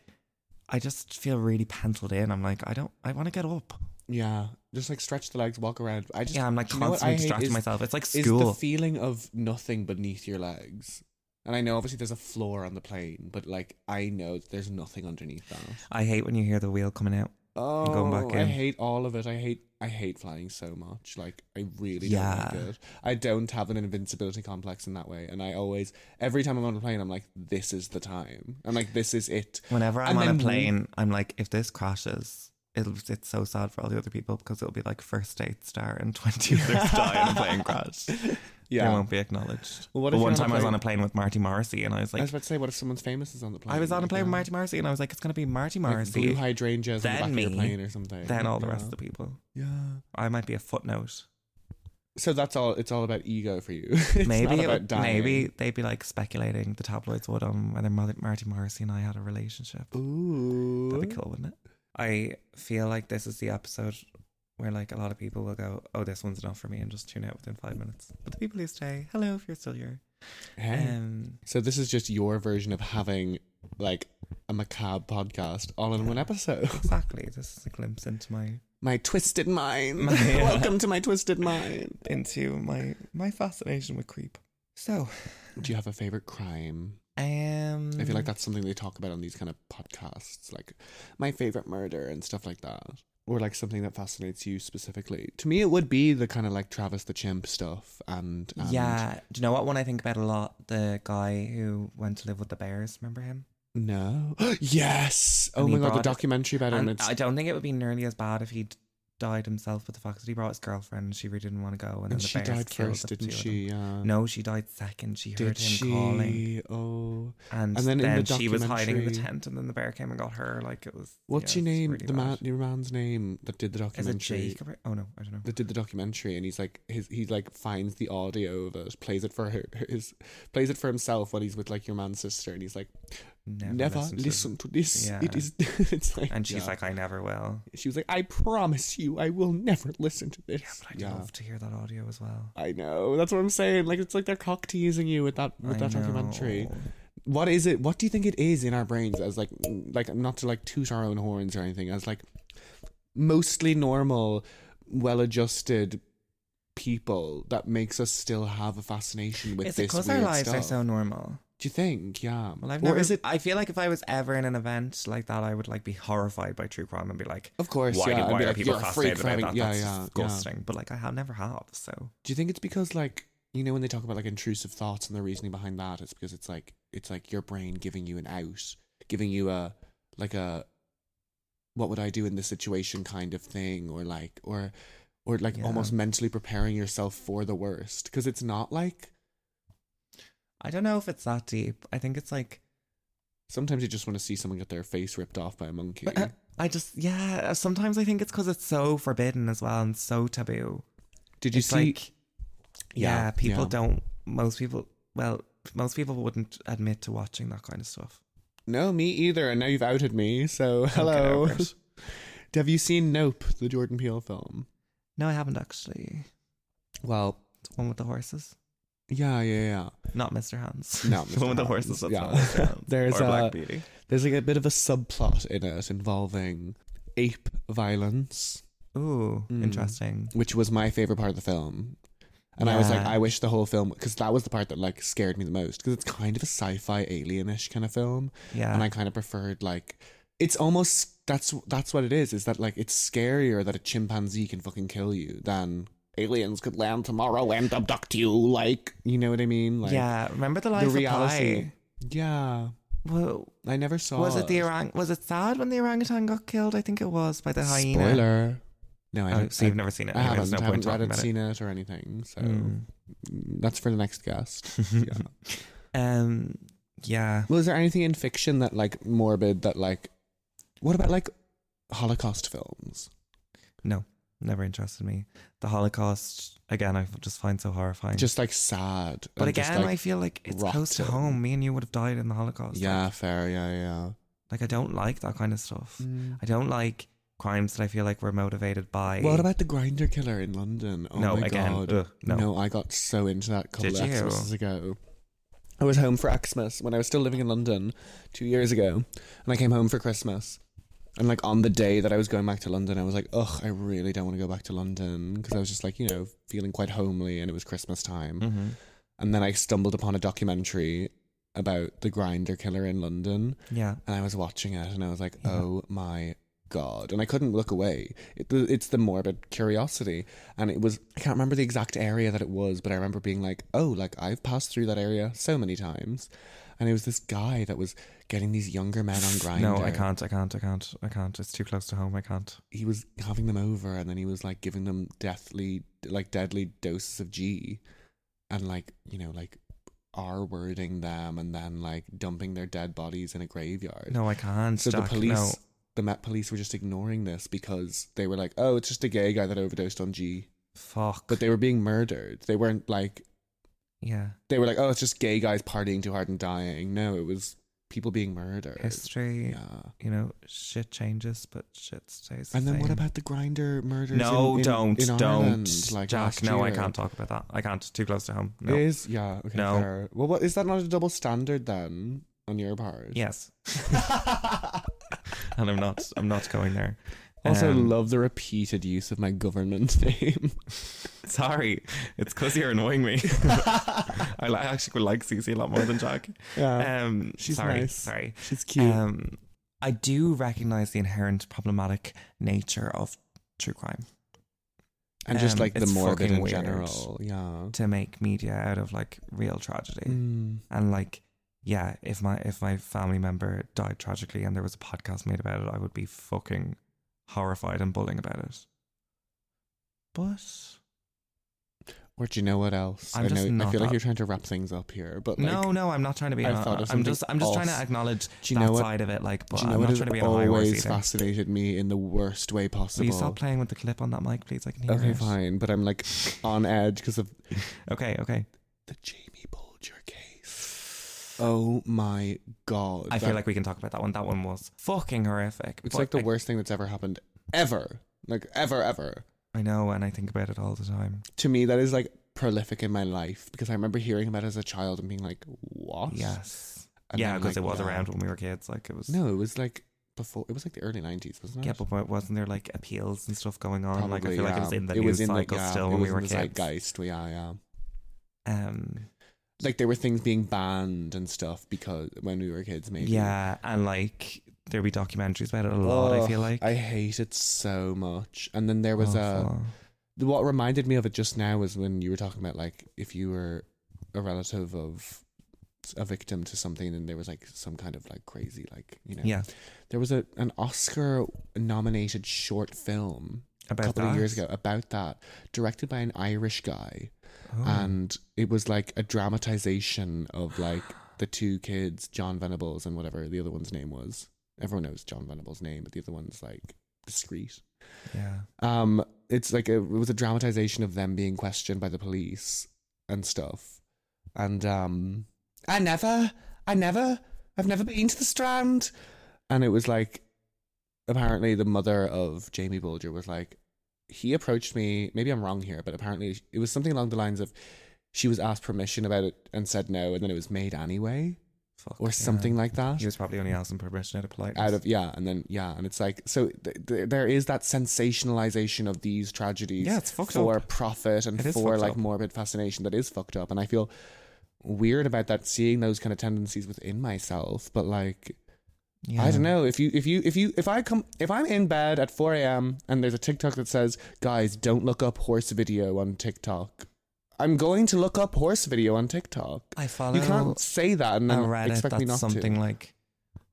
[SPEAKER 1] I just feel really penciled in. I'm like, I don't, I want to get up.
[SPEAKER 2] Yeah, just like stretch the legs, walk around. I just
[SPEAKER 1] Yeah, I'm like
[SPEAKER 2] do you know what
[SPEAKER 1] constantly
[SPEAKER 2] I hate
[SPEAKER 1] distracting
[SPEAKER 2] is-
[SPEAKER 1] myself. It's like
[SPEAKER 2] is the
[SPEAKER 1] school.
[SPEAKER 2] feeling of nothing beneath your legs. And I know obviously there's a floor on the plane, but like I know that there's nothing underneath that.
[SPEAKER 1] I hate when you hear the wheel coming out.
[SPEAKER 2] Oh,
[SPEAKER 1] going back
[SPEAKER 2] I
[SPEAKER 1] in.
[SPEAKER 2] hate all of it. I hate I hate flying so much. Like I really don't
[SPEAKER 1] Yeah.
[SPEAKER 2] like it. I don't have an invincibility complex in that way, and I always every time I'm on a plane, I'm like, this is the time. I'm like, this is it.
[SPEAKER 1] Whenever I'm
[SPEAKER 2] And
[SPEAKER 1] on
[SPEAKER 2] then
[SPEAKER 1] a
[SPEAKER 2] we-
[SPEAKER 1] plane, I'm like, if this crashes, it'll, it's so sad for all the other people because it'll be like first date star (laughs) and 20 others die in a plane
[SPEAKER 2] (laughs)
[SPEAKER 1] crash. They
[SPEAKER 2] Yeah.
[SPEAKER 1] won't be acknowledged.
[SPEAKER 2] Well, what
[SPEAKER 1] But
[SPEAKER 2] if you're
[SPEAKER 1] one
[SPEAKER 2] on a
[SPEAKER 1] time I was
[SPEAKER 2] plane-
[SPEAKER 1] on a plane with Marty Morrissey and I was
[SPEAKER 2] I
[SPEAKER 1] like,
[SPEAKER 2] was about to say, what if someone's famous is on the plane?
[SPEAKER 1] I was on a
[SPEAKER 2] Like,
[SPEAKER 1] plane with
[SPEAKER 2] yeah.
[SPEAKER 1] Marty Morrissey and I was like, it's going to be Marty
[SPEAKER 2] Like blue
[SPEAKER 1] Morrissey,
[SPEAKER 2] hydrangeas on
[SPEAKER 1] Then
[SPEAKER 2] the back of your
[SPEAKER 1] me,
[SPEAKER 2] plane or something.
[SPEAKER 1] then all the
[SPEAKER 2] Yeah.
[SPEAKER 1] rest of the people.
[SPEAKER 2] Yeah.
[SPEAKER 1] I might be a footnote.
[SPEAKER 2] So that's all. It's all about ego for you. (laughs) It's
[SPEAKER 1] maybe
[SPEAKER 2] not
[SPEAKER 1] it
[SPEAKER 2] about
[SPEAKER 1] would-
[SPEAKER 2] dying.
[SPEAKER 1] maybe they'd be like speculating, the tabloids would, on whether Mar- Marty Morrissey and I had a relationship.
[SPEAKER 2] Ooh.
[SPEAKER 1] That'd be cool, wouldn't it? I feel like this is the episode where like a lot of people will go, "Oh, this one's not for me," and just tune out within five minutes. But the people who stay, hello, if you're still here.
[SPEAKER 2] Hey.
[SPEAKER 1] Um,
[SPEAKER 2] so this is just your version of having like a macabre podcast all in one episode. (laughs)
[SPEAKER 1] exactly. This is a glimpse into my
[SPEAKER 2] My twisted
[SPEAKER 1] (laughs)
[SPEAKER 2] mind.
[SPEAKER 1] My- uh, yeah.
[SPEAKER 2] Welcome to my twisted mind.
[SPEAKER 1] into my my fascination with creep. So,
[SPEAKER 2] Do you have a favorite crime?
[SPEAKER 1] um,
[SPEAKER 2] I feel like that's something they talk about on these kind of podcasts, like my favorite murder and stuff like that. Or like something that fascinates you specifically. To me, it would be the kind of like Travis the Chimp stuff and, and
[SPEAKER 1] Yeah, do you know what one I think about a lot? The guy who went to live with the bears. Remember him?
[SPEAKER 2] No. (gasps) yes. Oh
[SPEAKER 1] And
[SPEAKER 2] my
[SPEAKER 1] he
[SPEAKER 2] god, the
[SPEAKER 1] brought it-
[SPEAKER 2] documentary about him.
[SPEAKER 1] And
[SPEAKER 2] It's
[SPEAKER 1] I don't think it would be nearly as bad if he'd died himself, but the fact that he brought his girlfriend and she really didn't want to go, and, then
[SPEAKER 2] And
[SPEAKER 1] the
[SPEAKER 2] she
[SPEAKER 1] bears
[SPEAKER 2] died
[SPEAKER 1] killed
[SPEAKER 2] first,
[SPEAKER 1] the
[SPEAKER 2] didn't
[SPEAKER 1] two of them.
[SPEAKER 2] she? Yeah.
[SPEAKER 1] No, she died second. She heard him
[SPEAKER 2] Did she?
[SPEAKER 1] calling,
[SPEAKER 2] Oh,
[SPEAKER 1] and,
[SPEAKER 2] And
[SPEAKER 1] then,
[SPEAKER 2] then in the
[SPEAKER 1] she was hiding in the
[SPEAKER 2] documentary-
[SPEAKER 1] tent, and then the bear came and got her. Like it was.
[SPEAKER 2] what's
[SPEAKER 1] yeah,
[SPEAKER 2] your
[SPEAKER 1] it's
[SPEAKER 2] name?
[SPEAKER 1] really
[SPEAKER 2] the man,
[SPEAKER 1] bad.
[SPEAKER 2] your man's name that did the
[SPEAKER 1] Is it
[SPEAKER 2] documentary.
[SPEAKER 1] Jacob? or- Oh no, I don't know.
[SPEAKER 2] that did the documentary and he's like his he like finds the audio of it plays it for her (laughs) his plays it for himself when he's with like your man's sister and he's like
[SPEAKER 1] Never,
[SPEAKER 2] never, listen,
[SPEAKER 1] listened
[SPEAKER 2] to,
[SPEAKER 1] to
[SPEAKER 2] this
[SPEAKER 1] Yeah.
[SPEAKER 2] it is (laughs) it's like
[SPEAKER 1] it. And she's
[SPEAKER 2] yeah.
[SPEAKER 1] like, I never will.
[SPEAKER 2] she was like i promise you i will never listen to this
[SPEAKER 1] Yeah, but I'd love to hear that audio as well.
[SPEAKER 2] I know that's what i'm saying like it's like they're cock teasing you with that with
[SPEAKER 1] I
[SPEAKER 2] that documentary
[SPEAKER 1] know.
[SPEAKER 2] what is it what do you think it is in our brains as like like not to like toot our own horns or anything as like mostly normal well-adjusted people that makes us still have a fascination with
[SPEAKER 1] Is it
[SPEAKER 2] this
[SPEAKER 1] because
[SPEAKER 2] weird
[SPEAKER 1] our lives
[SPEAKER 2] stuff
[SPEAKER 1] are so normal?
[SPEAKER 2] do you think yeah
[SPEAKER 1] Well, I've
[SPEAKER 2] or
[SPEAKER 1] never.
[SPEAKER 2] is it
[SPEAKER 1] I feel like if I was ever in an event like that, I would like be horrified by true crime and be like,
[SPEAKER 2] of course
[SPEAKER 1] why,
[SPEAKER 2] yeah
[SPEAKER 1] do,
[SPEAKER 2] I'd
[SPEAKER 1] why
[SPEAKER 2] be
[SPEAKER 1] are
[SPEAKER 2] like,
[SPEAKER 1] people
[SPEAKER 2] you're a freak
[SPEAKER 1] fascinated
[SPEAKER 2] for
[SPEAKER 1] about that?
[SPEAKER 2] having- yeah
[SPEAKER 1] That's
[SPEAKER 2] yeah yeah.
[SPEAKER 1] disgusting. But like, I have never have. So
[SPEAKER 2] do you think it's because like you know when they talk about like intrusive thoughts and the reasoning behind that it's because it's like it's like your brain giving you an out giving you a like a what would i do in this situation kind of thing or like or or like
[SPEAKER 1] Yeah.
[SPEAKER 2] almost mentally preparing yourself for the worst because it's not like
[SPEAKER 1] I don't know if it's that deep. I think it's like
[SPEAKER 2] sometimes you just want to see someone get their face ripped off by a monkey
[SPEAKER 1] I just yeah. Sometimes I think it's because it's so forbidden as well and so taboo.
[SPEAKER 2] did you
[SPEAKER 1] it's
[SPEAKER 2] see
[SPEAKER 1] like yeah, people
[SPEAKER 2] yeah.
[SPEAKER 1] don't. Most people, well, most people wouldn't admit to watching that kind of stuff.
[SPEAKER 2] no me either and now you've outed me so
[SPEAKER 1] Don't get
[SPEAKER 2] hello
[SPEAKER 1] over
[SPEAKER 2] (laughs)
[SPEAKER 1] it.
[SPEAKER 2] have you seen nope the jordan peele film
[SPEAKER 1] No, I haven't actually.
[SPEAKER 2] well
[SPEAKER 1] It's one with the horses,
[SPEAKER 2] yeah yeah yeah
[SPEAKER 1] not Mr. Hands. (laughs)
[SPEAKER 2] No,
[SPEAKER 1] the one with the
[SPEAKER 2] Mr.
[SPEAKER 1] horses. That's
[SPEAKER 2] Hands, yeah.
[SPEAKER 1] not Mr. Hands.
[SPEAKER 2] (laughs) There's,
[SPEAKER 1] or
[SPEAKER 2] uh,
[SPEAKER 1] Black Beauty.
[SPEAKER 2] There's like a bit of a subplot in it involving ape violence,
[SPEAKER 1] Ooh,
[SPEAKER 2] Mm.
[SPEAKER 1] interesting.
[SPEAKER 2] which was my favorite part of the film. And I was like,
[SPEAKER 1] Yeah.
[SPEAKER 2] I wish the whole film, because that was the part that like scared me the most, because it's kind of a sci-fi alienish kind of film,
[SPEAKER 1] Yeah,
[SPEAKER 2] and I kind of preferred like, it's almost that's that's what it is, is that like it's scarier that a chimpanzee can fucking kill you than aliens could land tomorrow and abduct you, like you know what I mean? Like,
[SPEAKER 1] yeah. Remember the life
[SPEAKER 2] the
[SPEAKER 1] of
[SPEAKER 2] reality.
[SPEAKER 1] Pi?
[SPEAKER 2] Yeah,
[SPEAKER 1] Well,
[SPEAKER 2] I never saw.
[SPEAKER 1] was it the
[SPEAKER 2] it.
[SPEAKER 1] orang? Was it sad when the orangutan got killed? I think it was by the hyena.
[SPEAKER 2] spoiler? No, I
[SPEAKER 1] Oh,
[SPEAKER 2] haven't.
[SPEAKER 1] so
[SPEAKER 2] I-
[SPEAKER 1] you've never seen it.
[SPEAKER 2] I
[SPEAKER 1] anyway, there's
[SPEAKER 2] haven't, I
[SPEAKER 1] no point
[SPEAKER 2] haven't read
[SPEAKER 1] talking
[SPEAKER 2] it,
[SPEAKER 1] about
[SPEAKER 2] seen it or anything. So
[SPEAKER 1] Mm.
[SPEAKER 2] that's for the next guest. (laughs) Yeah.
[SPEAKER 1] Hmm. Um. Yeah.
[SPEAKER 2] well, is there anything in fiction that like morbid that like? What about like Holocaust films?
[SPEAKER 1] Never interested me. The Holocaust again. I just find so horrifying.
[SPEAKER 2] Just like sad.
[SPEAKER 1] Hmm. but
[SPEAKER 2] and just,
[SPEAKER 1] again, I
[SPEAKER 2] like,
[SPEAKER 1] feel like it's close to
[SPEAKER 2] rotten.
[SPEAKER 1] home. Me and you would have died in the Holocaust.
[SPEAKER 2] yeah,
[SPEAKER 1] Like,
[SPEAKER 2] fair, yeah,
[SPEAKER 1] like, I don't like that kind of stuff.
[SPEAKER 2] yeah.
[SPEAKER 1] I don't like crimes that I feel like were motivated by.
[SPEAKER 2] What about the grinder killer in London? Oh
[SPEAKER 1] no?
[SPEAKER 2] my
[SPEAKER 1] again,
[SPEAKER 2] god.
[SPEAKER 1] ugh, no.
[SPEAKER 2] No. I got so into that a couple
[SPEAKER 1] Did
[SPEAKER 2] of
[SPEAKER 1] you?
[SPEAKER 2] Xmases ago. I was home for Xmas when I was still living in London two years ago, and I came home for Christmas. And like on the day that I was going back to London, I was like, ugh, I really don't want to go back to London because I was just like, you know, feeling quite homely, and it was Christmas time.
[SPEAKER 1] hmm
[SPEAKER 2] And then I stumbled upon a documentary about the grinder killer in London,
[SPEAKER 1] Yeah.
[SPEAKER 2] and I was watching it, and I was like,
[SPEAKER 1] Yeah.
[SPEAKER 2] "Oh my god!" And I couldn't look away. It, th- it's the morbid curiosity, and it was—I can't remember the exact area that it was, but I remember being like, "Oh, like I've passed through that area so many times." And it was this guy that was getting these younger men on
[SPEAKER 1] (sighs)
[SPEAKER 2] grinder.
[SPEAKER 1] No, I can't. I can't. I can't. I can't. It's too close to home. I can't.
[SPEAKER 2] He was having them over, and then he was like giving them deathly, like deadly doses of G, and like you know, like R wording them, and then like dumping their dead bodies in a graveyard.
[SPEAKER 1] No, I can't.
[SPEAKER 2] So
[SPEAKER 1] Jack,
[SPEAKER 2] the police,
[SPEAKER 1] No.
[SPEAKER 2] the Met police were just ignoring this because they were like, "Oh, it's just a gay guy that overdosed on G,"
[SPEAKER 1] Fuck.
[SPEAKER 2] but they were being murdered. They weren't like
[SPEAKER 1] yeah.
[SPEAKER 2] they were like, "Oh, it's just gay guys partying too hard and dying." No, it was people being murdered.
[SPEAKER 1] History.
[SPEAKER 2] uh, Yeah.
[SPEAKER 1] You know, shit changes, but shit stays. the
[SPEAKER 2] And then what
[SPEAKER 1] same.
[SPEAKER 2] about the grinder murders?
[SPEAKER 1] No,
[SPEAKER 2] in- in-
[SPEAKER 1] don't,
[SPEAKER 2] in
[SPEAKER 1] don't,
[SPEAKER 2] Ireland, like
[SPEAKER 1] Jack.
[SPEAKER 2] last
[SPEAKER 1] No, I
[SPEAKER 2] year?
[SPEAKER 1] can't talk about that. I can't. Too close to home. No.
[SPEAKER 2] Is yeah okay.
[SPEAKER 1] No.
[SPEAKER 2] fair. Well, what is that not a double standard then on your part? (laughs)
[SPEAKER 1] Yes, (laughs) and I'm not. I'm not going there.
[SPEAKER 2] also,
[SPEAKER 1] Um,
[SPEAKER 2] love the repeated use of my government (laughs) name.
[SPEAKER 1] Sorry, it's because you're annoying
[SPEAKER 2] (laughs)
[SPEAKER 1] me. I, li- I actually would like Cece a lot more than Jack.
[SPEAKER 2] yeah,
[SPEAKER 1] Um,
[SPEAKER 2] Uh, she's
[SPEAKER 1] sorry,
[SPEAKER 2] nice.
[SPEAKER 1] sorry.
[SPEAKER 2] she's cute.
[SPEAKER 1] Um, I do recognize the inherent problematic nature of true crime
[SPEAKER 2] and just
[SPEAKER 1] Um,
[SPEAKER 2] like the
[SPEAKER 1] it's
[SPEAKER 2] morbid
[SPEAKER 1] fucking
[SPEAKER 2] in
[SPEAKER 1] weird.
[SPEAKER 2] general. Yeah.
[SPEAKER 1] to make media out of like real tragedy.
[SPEAKER 2] Mm.
[SPEAKER 1] and like yeah if my if my family member died tragically and there was a podcast made about it i would be fucking horrified and bullying about it But
[SPEAKER 2] Or do you know what else?
[SPEAKER 1] I'm
[SPEAKER 2] I
[SPEAKER 1] just
[SPEAKER 2] know. I
[SPEAKER 1] not
[SPEAKER 2] feel like
[SPEAKER 1] that-
[SPEAKER 2] you're trying to wrap things up here, but like,
[SPEAKER 1] no, no, I'm not trying to be.
[SPEAKER 2] I
[SPEAKER 1] on a-
[SPEAKER 2] thought of
[SPEAKER 1] I'm
[SPEAKER 2] something
[SPEAKER 1] just, I'm just trying to
[SPEAKER 2] else.
[SPEAKER 1] acknowledge
[SPEAKER 2] Do you
[SPEAKER 1] that
[SPEAKER 2] know what-
[SPEAKER 1] side of it. Like, but
[SPEAKER 2] do you know
[SPEAKER 1] I'm
[SPEAKER 2] what
[SPEAKER 1] not
[SPEAKER 2] has
[SPEAKER 1] trying to be on a high horse
[SPEAKER 2] always
[SPEAKER 1] either.
[SPEAKER 2] fascinated me in the worst way
[SPEAKER 1] Will
[SPEAKER 2] possible?
[SPEAKER 1] you stop playing with the clip on that mic, please? I can hear
[SPEAKER 2] okay,
[SPEAKER 1] it.
[SPEAKER 2] fine, but I'm like on edge because of
[SPEAKER 1] Okay, okay.
[SPEAKER 2] the Jamie Bulger case. Oh my god!
[SPEAKER 1] I feel
[SPEAKER 2] that-
[SPEAKER 1] like we can talk about that one. That one was fucking horrific.
[SPEAKER 2] it's
[SPEAKER 1] but
[SPEAKER 2] like the
[SPEAKER 1] I-
[SPEAKER 2] worst thing that's ever happened ever, like ever, ever.
[SPEAKER 1] I know, and I think about it all the time.
[SPEAKER 2] To me, that is like prolific in my life because I remember hearing about it as a child and being like, "What?"
[SPEAKER 1] Yes.
[SPEAKER 2] And
[SPEAKER 1] yeah,
[SPEAKER 2] then,
[SPEAKER 1] because
[SPEAKER 2] like,
[SPEAKER 1] it was
[SPEAKER 2] yeah.
[SPEAKER 1] around when we were kids. Like it was.
[SPEAKER 2] No, it was like before. It was like the early nineties, wasn't it?
[SPEAKER 1] Yeah, but wa- wasn't there like appeals and stuff going on? like I
[SPEAKER 2] Probably,
[SPEAKER 1] feel like it
[SPEAKER 2] yeah.
[SPEAKER 1] was in the
[SPEAKER 2] It
[SPEAKER 1] news
[SPEAKER 2] was in, like,
[SPEAKER 1] cycle
[SPEAKER 2] yeah,
[SPEAKER 1] still
[SPEAKER 2] it
[SPEAKER 1] when
[SPEAKER 2] was
[SPEAKER 1] we
[SPEAKER 2] in
[SPEAKER 1] were
[SPEAKER 2] the
[SPEAKER 1] kids.
[SPEAKER 2] Zeitgeist, yeah, yeah.
[SPEAKER 1] Um,
[SPEAKER 2] Like there were things being banned and stuff because when we were kids, maybe.
[SPEAKER 1] yeah, and like there'd be documentaries about it a lot. I
[SPEAKER 2] Ugh,
[SPEAKER 1] feel like
[SPEAKER 2] I hate it so much. And then there
[SPEAKER 1] Oh,
[SPEAKER 2] was a
[SPEAKER 1] Awful.
[SPEAKER 2] what reminded me of it just now was when you were talking about like if you were a relative of a victim to something and there was like some kind of like crazy like you know
[SPEAKER 1] yeah
[SPEAKER 2] there was a an Oscar nominated short film a
[SPEAKER 1] about
[SPEAKER 2] couple of
[SPEAKER 1] that.
[SPEAKER 2] years ago about that directed by an Irish guy
[SPEAKER 1] Oh.
[SPEAKER 2] and it was like a dramatization of
[SPEAKER 1] (gasps)
[SPEAKER 2] like the two kids, John Venables and whatever the other one's name was. Everyone knows John Venables' name, but the other one's like discreet.
[SPEAKER 1] yeah,
[SPEAKER 2] Um, it's like a, it was a dramatization of them being questioned by the police and stuff. And um, I never, I never, I've never been to the Strand. And it was like, apparently, the mother of Jamie Bulger was like, he approached me. Maybe I'm wrong here, but apparently, it was something along the lines of, she was asked permission about it and said no, and then it was made anyway,
[SPEAKER 1] Fuck,
[SPEAKER 2] or
[SPEAKER 1] yeah.
[SPEAKER 2] something like that
[SPEAKER 1] He was probably only asking permission out of politeness.
[SPEAKER 2] out of yeah and then yeah and it's like so th- th- there is that sensationalization of these tragedies
[SPEAKER 1] Yeah, it's fucked
[SPEAKER 2] for
[SPEAKER 1] up.
[SPEAKER 2] profit and
[SPEAKER 1] It is
[SPEAKER 2] for
[SPEAKER 1] fucked
[SPEAKER 2] like
[SPEAKER 1] up.
[SPEAKER 2] morbid fascination that is fucked up and i feel weird about that seeing those kind of tendencies within myself but like
[SPEAKER 1] yeah.
[SPEAKER 2] i don't know if you if you if you if i come if i'm in bed at 4 a.m and there's a tiktok that says guys don't look up horse video on tiktok i'm going to look up horse video on tiktok
[SPEAKER 1] I follow
[SPEAKER 2] you can't say that and
[SPEAKER 1] a
[SPEAKER 2] then
[SPEAKER 1] Reddit
[SPEAKER 2] expect me
[SPEAKER 1] that's
[SPEAKER 2] not
[SPEAKER 1] something
[SPEAKER 2] to
[SPEAKER 1] like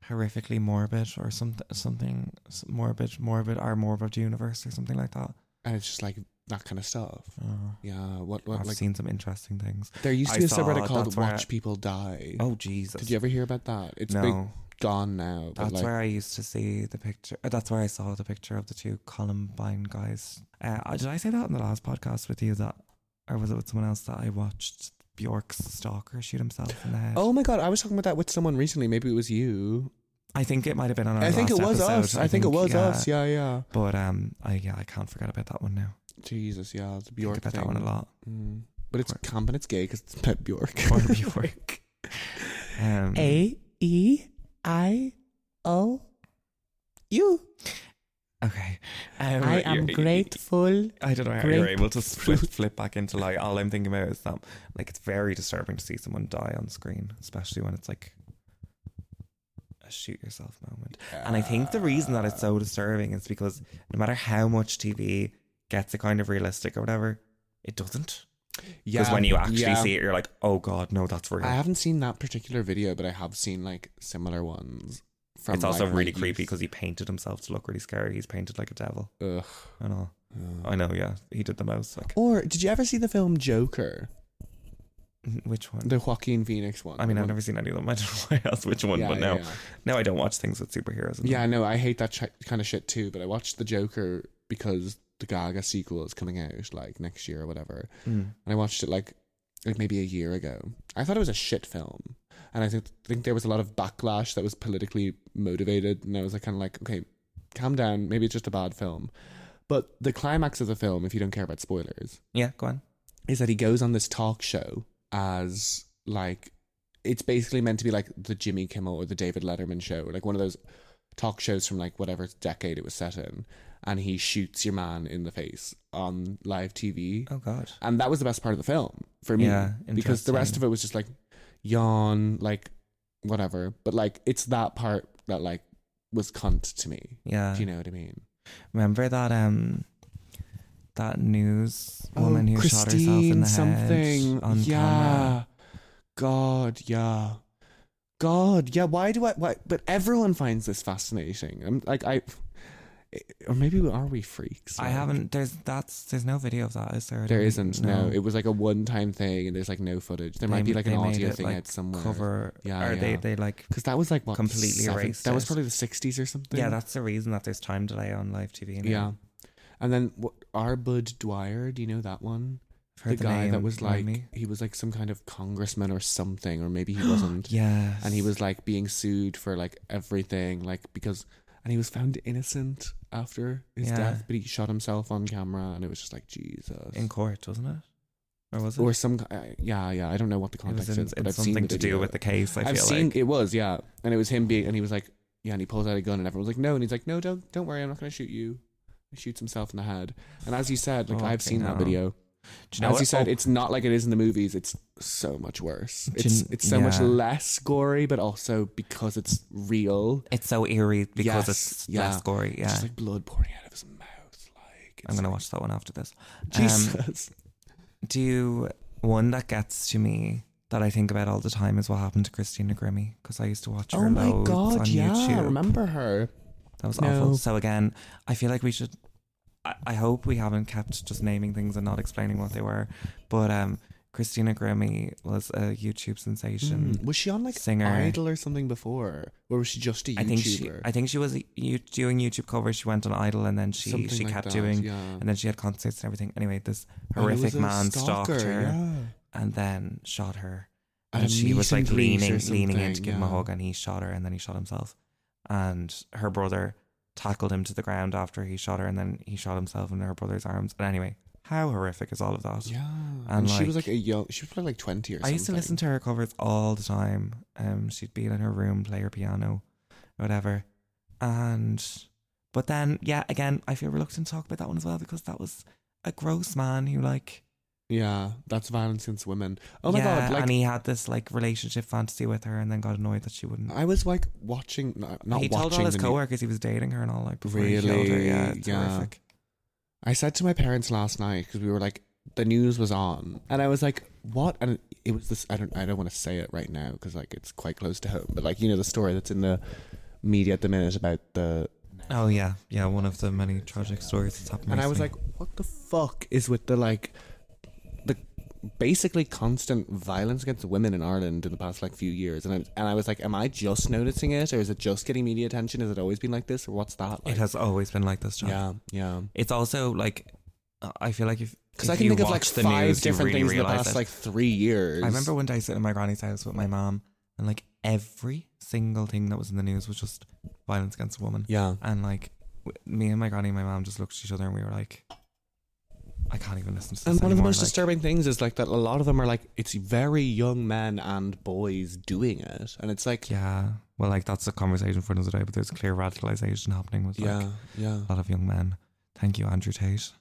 [SPEAKER 1] horrifically morbid or something something s- morbid morbid our morbid universe or something like that.
[SPEAKER 2] and it's just like that kind of stuff
[SPEAKER 1] Oh,
[SPEAKER 2] Yeah, what Uh, what
[SPEAKER 1] I've
[SPEAKER 2] like
[SPEAKER 1] seen some interesting things.
[SPEAKER 2] there used to
[SPEAKER 1] I
[SPEAKER 2] be a
[SPEAKER 1] saw
[SPEAKER 2] subreddit
[SPEAKER 1] it,
[SPEAKER 2] called
[SPEAKER 1] that's where
[SPEAKER 2] Watch
[SPEAKER 1] I-
[SPEAKER 2] People Die.
[SPEAKER 1] Oh Jesus!
[SPEAKER 2] Did you ever hear about that? It's
[SPEAKER 1] no,
[SPEAKER 2] big, gone now. But
[SPEAKER 1] that's
[SPEAKER 2] like
[SPEAKER 1] where I used to see the picture. uh, That's where I saw the picture of the two Columbine guys. Uh, uh, did I say that in the last podcast with you that, or was it with someone else that I watched Bjork's stalker shoot himself in the head?
[SPEAKER 2] Oh my god, I was talking about that with someone recently. Maybe it was you.
[SPEAKER 1] I think it might have been on. Our
[SPEAKER 2] I think it
[SPEAKER 1] last
[SPEAKER 2] was
[SPEAKER 1] episode.
[SPEAKER 2] us. I, think, it was
[SPEAKER 1] yeah.
[SPEAKER 2] us. Yeah, yeah.
[SPEAKER 1] But um, I yeah, I can't forget about that one now.
[SPEAKER 2] Jesus, yeah, the
[SPEAKER 1] Think
[SPEAKER 2] Bjork
[SPEAKER 1] about
[SPEAKER 2] thing.
[SPEAKER 1] that one a lot.
[SPEAKER 2] (laughs) Mm. But it's
[SPEAKER 1] Poor-
[SPEAKER 2] camp and it's gay because it's about
[SPEAKER 1] (laughs)
[SPEAKER 2] Bjork.
[SPEAKER 1] Poor Bjork. Um,
[SPEAKER 2] E I O U.
[SPEAKER 1] Okay. Um, you're-
[SPEAKER 2] (laughs) grateful.
[SPEAKER 1] I don't know how you're
[SPEAKER 2] great
[SPEAKER 1] able to flip, flip back into like all I'm thinking about is that like it's very disturbing to see someone die on screen, especially when it's like a shoot yourself moment. And I think the reason that it's so disturbing is because no matter how much TV gets it kind of realistic or whatever, it doesn't.
[SPEAKER 2] yeah,
[SPEAKER 1] Because when you actually
[SPEAKER 2] yeah.
[SPEAKER 1] see it, you're like, oh god, no, that's real.
[SPEAKER 2] I haven't seen that particular video, but I have seen like similar ones. From
[SPEAKER 1] it's also
[SPEAKER 2] like, my
[SPEAKER 1] really creepy
[SPEAKER 2] youth.
[SPEAKER 1] because he painted himself to look really scary. He's painted like a devil
[SPEAKER 2] Ugh.
[SPEAKER 1] and all.
[SPEAKER 2] Ugh.
[SPEAKER 1] I know, yeah, he did the most. Like, (laughs)
[SPEAKER 2] Or did you ever see the film Joker?
[SPEAKER 1] which one?
[SPEAKER 2] The Joaquin Phoenix one.
[SPEAKER 1] I mean,
[SPEAKER 2] The
[SPEAKER 1] I've
[SPEAKER 2] one-
[SPEAKER 1] never seen any of them. I don't know why I asked which one,
[SPEAKER 2] Yeah,
[SPEAKER 1] but
[SPEAKER 2] yeah,
[SPEAKER 1] now,
[SPEAKER 2] yeah.
[SPEAKER 1] now I don't watch things with superheroes. in
[SPEAKER 2] Yeah,
[SPEAKER 1] them.
[SPEAKER 2] no, I hate that chi- kind of shit too. But I watched the Joker because the Gaga sequel is coming out like next year or whatever,
[SPEAKER 1] Mm.
[SPEAKER 2] and I watched it like like maybe a year ago. I thought it was a shit film, and I think think there was a lot of backlash that was politically motivated, and I was like kind of like, okay, calm down. Maybe it's just a bad film. But the climax of the film, if you don't care about spoilers,
[SPEAKER 1] yeah, go on.
[SPEAKER 2] is that he goes on this talk show as like it's basically meant to be like the Jimmy Kimmel or the David Letterman show, like one of those talk shows from like whatever decade it was set in, and he shoots your man in the face on live TV.
[SPEAKER 1] Oh God,
[SPEAKER 2] And that was the best part of the film for me.
[SPEAKER 1] Yeah,
[SPEAKER 2] because the rest
[SPEAKER 1] interesting.
[SPEAKER 2] of it was just like yawn, like whatever. But like it's that part that like was cunt to me.
[SPEAKER 1] yeah.
[SPEAKER 2] Do you know what I mean?
[SPEAKER 1] Remember that um, that news woman who shot herself in the head on
[SPEAKER 2] Oh, yeah.
[SPEAKER 1] camera.
[SPEAKER 2] God, yeah. God, yeah. Why do I? Why? But everyone finds this fascinating. I'm like I. or maybe are we freaks?
[SPEAKER 1] I
[SPEAKER 2] like?
[SPEAKER 1] haven't. There's that's. There's no video of that, is there? I
[SPEAKER 2] There
[SPEAKER 1] don't-
[SPEAKER 2] isn't. No. it was like a one-time thing, and there's like no footage. There might
[SPEAKER 1] They-
[SPEAKER 2] be like
[SPEAKER 1] they
[SPEAKER 2] an
[SPEAKER 1] made
[SPEAKER 2] audio
[SPEAKER 1] it,
[SPEAKER 2] thing
[SPEAKER 1] like,
[SPEAKER 2] out somewhere.
[SPEAKER 1] cover.
[SPEAKER 2] Yeah,
[SPEAKER 1] or they
[SPEAKER 2] yeah.
[SPEAKER 1] they like.
[SPEAKER 2] Because that was like what
[SPEAKER 1] Completely
[SPEAKER 2] seven-
[SPEAKER 1] erased
[SPEAKER 2] That was
[SPEAKER 1] it.
[SPEAKER 2] probably the '60s or something.
[SPEAKER 1] Yeah, that's the reason that there's time delay on live TV. Now.
[SPEAKER 2] yeah. And then what? Our Bud Dwyer, do you know that one?
[SPEAKER 1] I've heard
[SPEAKER 2] the guy
[SPEAKER 1] name,
[SPEAKER 2] that was like
[SPEAKER 1] remind me.
[SPEAKER 2] he was like some kind of congressman or something, or
[SPEAKER 1] (gasps)
[SPEAKER 2] maybe he wasn't.
[SPEAKER 1] Yeah.
[SPEAKER 2] And he was like being sued for like everything, like because and he was found innocent after his
[SPEAKER 1] Yeah.
[SPEAKER 2] death, but he shot himself on camera, and it was just like Jesus.
[SPEAKER 1] in court, wasn't it? Or was it?
[SPEAKER 2] or some, uh, yeah, yeah. I don't know what the
[SPEAKER 1] it was
[SPEAKER 2] context
[SPEAKER 1] in,
[SPEAKER 2] is, but
[SPEAKER 1] in
[SPEAKER 2] I've seen
[SPEAKER 1] something
[SPEAKER 2] the
[SPEAKER 1] to do
[SPEAKER 2] video.
[SPEAKER 1] with the case. I
[SPEAKER 2] I've
[SPEAKER 1] feel
[SPEAKER 2] seen
[SPEAKER 1] like.
[SPEAKER 2] it was yeah, and it was him being, and he was like, yeah, and he pulls out a gun, and everyone's like, no, and he's like, no, don't, don't worry, I'm not gonna shoot you. He shoots himself in the head, and as you said, like
[SPEAKER 1] Oh,
[SPEAKER 2] I've
[SPEAKER 1] okay,
[SPEAKER 2] seen
[SPEAKER 1] no.
[SPEAKER 2] that video.
[SPEAKER 1] Do you know
[SPEAKER 2] as
[SPEAKER 1] what?
[SPEAKER 2] you said,
[SPEAKER 1] Oh,
[SPEAKER 2] it's not like it is in the movies. It's so much worse.
[SPEAKER 1] Do you
[SPEAKER 2] It's
[SPEAKER 1] kn-
[SPEAKER 2] it's so much
[SPEAKER 1] yeah.
[SPEAKER 2] less gory, but also because it's real,
[SPEAKER 1] Oh, it's so eerie because
[SPEAKER 2] Yes,
[SPEAKER 1] it's
[SPEAKER 2] yeah.
[SPEAKER 1] less gory.
[SPEAKER 2] it's
[SPEAKER 1] Yeah.
[SPEAKER 2] just like blood pouring out of his mouth. Like
[SPEAKER 1] I'm
[SPEAKER 2] it's
[SPEAKER 1] gonna
[SPEAKER 2] like,
[SPEAKER 1] watch that one after this. Um,
[SPEAKER 2] Jesus.
[SPEAKER 1] do one that gets to me that I think about all the time is what happened to Christina Grimmie because I used to watch her
[SPEAKER 2] oh my
[SPEAKER 1] loads on
[SPEAKER 2] god! Yeah, I
[SPEAKER 1] YouTube.
[SPEAKER 2] remember her?
[SPEAKER 1] That was
[SPEAKER 2] No.
[SPEAKER 1] awful. So again, I feel like we should. I, I hope we haven't kept just naming things and not explaining what they were. But um, Christina Grimmie was a YouTube sensation.
[SPEAKER 2] Mm. Was she on like
[SPEAKER 1] singer.
[SPEAKER 2] Idol or something before, or was she just a YouTuber?
[SPEAKER 1] I think she. I think she was you, doing YouTube covers. She went on Idol and then she
[SPEAKER 2] Something
[SPEAKER 1] she
[SPEAKER 2] like
[SPEAKER 1] kept
[SPEAKER 2] that,
[SPEAKER 1] doing.
[SPEAKER 2] yeah.
[SPEAKER 1] And then she had concerts and everything. Anyway, this
[SPEAKER 2] And it was
[SPEAKER 1] horrific
[SPEAKER 2] a
[SPEAKER 1] man stalked
[SPEAKER 2] stalker,
[SPEAKER 1] her
[SPEAKER 2] yeah.
[SPEAKER 1] and then shot her.
[SPEAKER 2] At
[SPEAKER 1] and
[SPEAKER 2] a
[SPEAKER 1] she was
[SPEAKER 2] meet and
[SPEAKER 1] like
[SPEAKER 2] greet or
[SPEAKER 1] leaning leaning in to
[SPEAKER 2] something,
[SPEAKER 1] give him a
[SPEAKER 2] yeah.
[SPEAKER 1] hug and he shot her and then he shot himself and her brother tackled him to the ground after he shot her and then he shot himself in her brother's arms and anyway how horrific is all of that
[SPEAKER 2] Yeah, and,
[SPEAKER 1] And,
[SPEAKER 2] she was
[SPEAKER 1] like-
[SPEAKER 2] like a young. She was probably like twenty or
[SPEAKER 1] i
[SPEAKER 2] something.
[SPEAKER 1] used to listen to her covers all the time um she'd be in her room play her piano whatever and but then yeah again i feel reluctant to talk about that one as well because that was a gross man who like
[SPEAKER 2] Yeah, that's violence against women. Oh my
[SPEAKER 1] yeah,
[SPEAKER 2] god! Like
[SPEAKER 1] and he had this like relationship fantasy with her and then got annoyed that she wouldn't
[SPEAKER 2] I was like watching, no, not
[SPEAKER 1] he
[SPEAKER 2] watching.
[SPEAKER 1] told all his
[SPEAKER 2] the new-
[SPEAKER 1] coworkers he was dating her and all like before he killed her.
[SPEAKER 2] Really?
[SPEAKER 1] Yeah, it's
[SPEAKER 2] Yeah.
[SPEAKER 1] horrific.
[SPEAKER 2] I said to my parents last night because we were like the news was on, and I was like, "What?" And it was this. I don't. I don't want to say it right now because like it's quite close to home. But like you know the story that's in the media at the minute about the
[SPEAKER 1] Oh yeah, yeah. One of the many tragic stories that's happened.
[SPEAKER 2] and I was
[SPEAKER 1] recently.
[SPEAKER 2] like, what the fuck is with the like the basically constant violence against women in Ireland in the past like few years? And I and I was like, am I just noticing it, or is it just getting media attention? Has it always been like this, or what's that? Like?
[SPEAKER 1] it has always been like this. John.
[SPEAKER 2] Yeah, yeah.
[SPEAKER 1] It's also like, I feel like if
[SPEAKER 2] Because
[SPEAKER 1] if
[SPEAKER 2] I can
[SPEAKER 1] you
[SPEAKER 2] think of like
[SPEAKER 1] watch the
[SPEAKER 2] five
[SPEAKER 1] news, you
[SPEAKER 2] different
[SPEAKER 1] really
[SPEAKER 2] things in the
[SPEAKER 1] realise
[SPEAKER 2] past
[SPEAKER 1] it.
[SPEAKER 2] like three years.
[SPEAKER 1] I remember one day sitting in my granny's house with my mom, and like every single thing that was in the news was just violence against a woman.
[SPEAKER 2] Yeah.
[SPEAKER 1] And like, w- me and my granny and my mom just looked at each other and we were like, I can't even listen to this
[SPEAKER 2] And one of the
[SPEAKER 1] anymore,
[SPEAKER 2] most
[SPEAKER 1] like-
[SPEAKER 2] disturbing things is like that a lot of them are like it's very young men and boys doing it, and it's like yeah,
[SPEAKER 1] Yeah. Well, like that's a conversation for another day, but there's clear radicalization happening with like,
[SPEAKER 2] yeah, yeah,
[SPEAKER 1] a lot of young men. Thank you, Andrew Tate.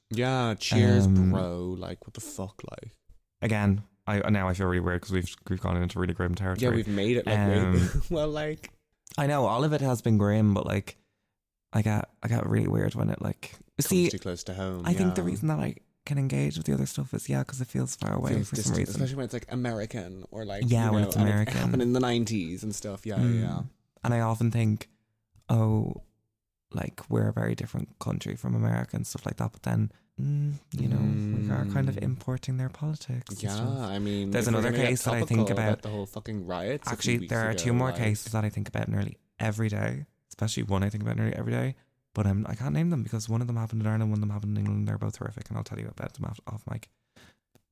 [SPEAKER 2] Cheers,
[SPEAKER 1] Um,
[SPEAKER 2] bro. Like what the fuck, like
[SPEAKER 1] Again, I now I feel really weird because we've we've gone into really grim territory.
[SPEAKER 2] Yeah, we've made it like
[SPEAKER 1] Um,
[SPEAKER 2] way, (laughs)
[SPEAKER 1] (laughs)
[SPEAKER 2] well, like
[SPEAKER 1] I know all of it has been grim, but like, I got I got really weird when it like see.
[SPEAKER 2] comes too close to home.
[SPEAKER 1] I think the
[SPEAKER 2] yeah.
[SPEAKER 1] reason that I can engage with the other stuff is yeah because it feels far away
[SPEAKER 2] Feels
[SPEAKER 1] for
[SPEAKER 2] distant,
[SPEAKER 1] some reason.
[SPEAKER 2] especially when it's like American or like
[SPEAKER 1] Yeah,
[SPEAKER 2] you
[SPEAKER 1] when
[SPEAKER 2] know,
[SPEAKER 1] it's
[SPEAKER 2] and
[SPEAKER 1] American.
[SPEAKER 2] it happened in the nineties and stuff. Yeah,
[SPEAKER 1] Mm.
[SPEAKER 2] yeah,
[SPEAKER 1] And I often think, oh, like we're a very different country from America and stuff like that. But then, mm, you know, we are kind of
[SPEAKER 2] Mm.
[SPEAKER 1] importing their politics. and
[SPEAKER 2] yeah.
[SPEAKER 1] stuff.
[SPEAKER 2] I mean,
[SPEAKER 1] There's
[SPEAKER 2] if we're
[SPEAKER 1] another
[SPEAKER 2] gonna get
[SPEAKER 1] case that I think
[SPEAKER 2] topical
[SPEAKER 1] about-
[SPEAKER 2] the whole fucking riots. a few
[SPEAKER 1] Actually,
[SPEAKER 2] weeks
[SPEAKER 1] there are
[SPEAKER 2] ago,
[SPEAKER 1] two more
[SPEAKER 2] like-
[SPEAKER 1] cases that I think about nearly every day, especially one I think about nearly every day. But I'm, I can't name them because one of them happened in Ireland, one of them happened in England. They're both horrific, and I'll tell you about them after, off mic.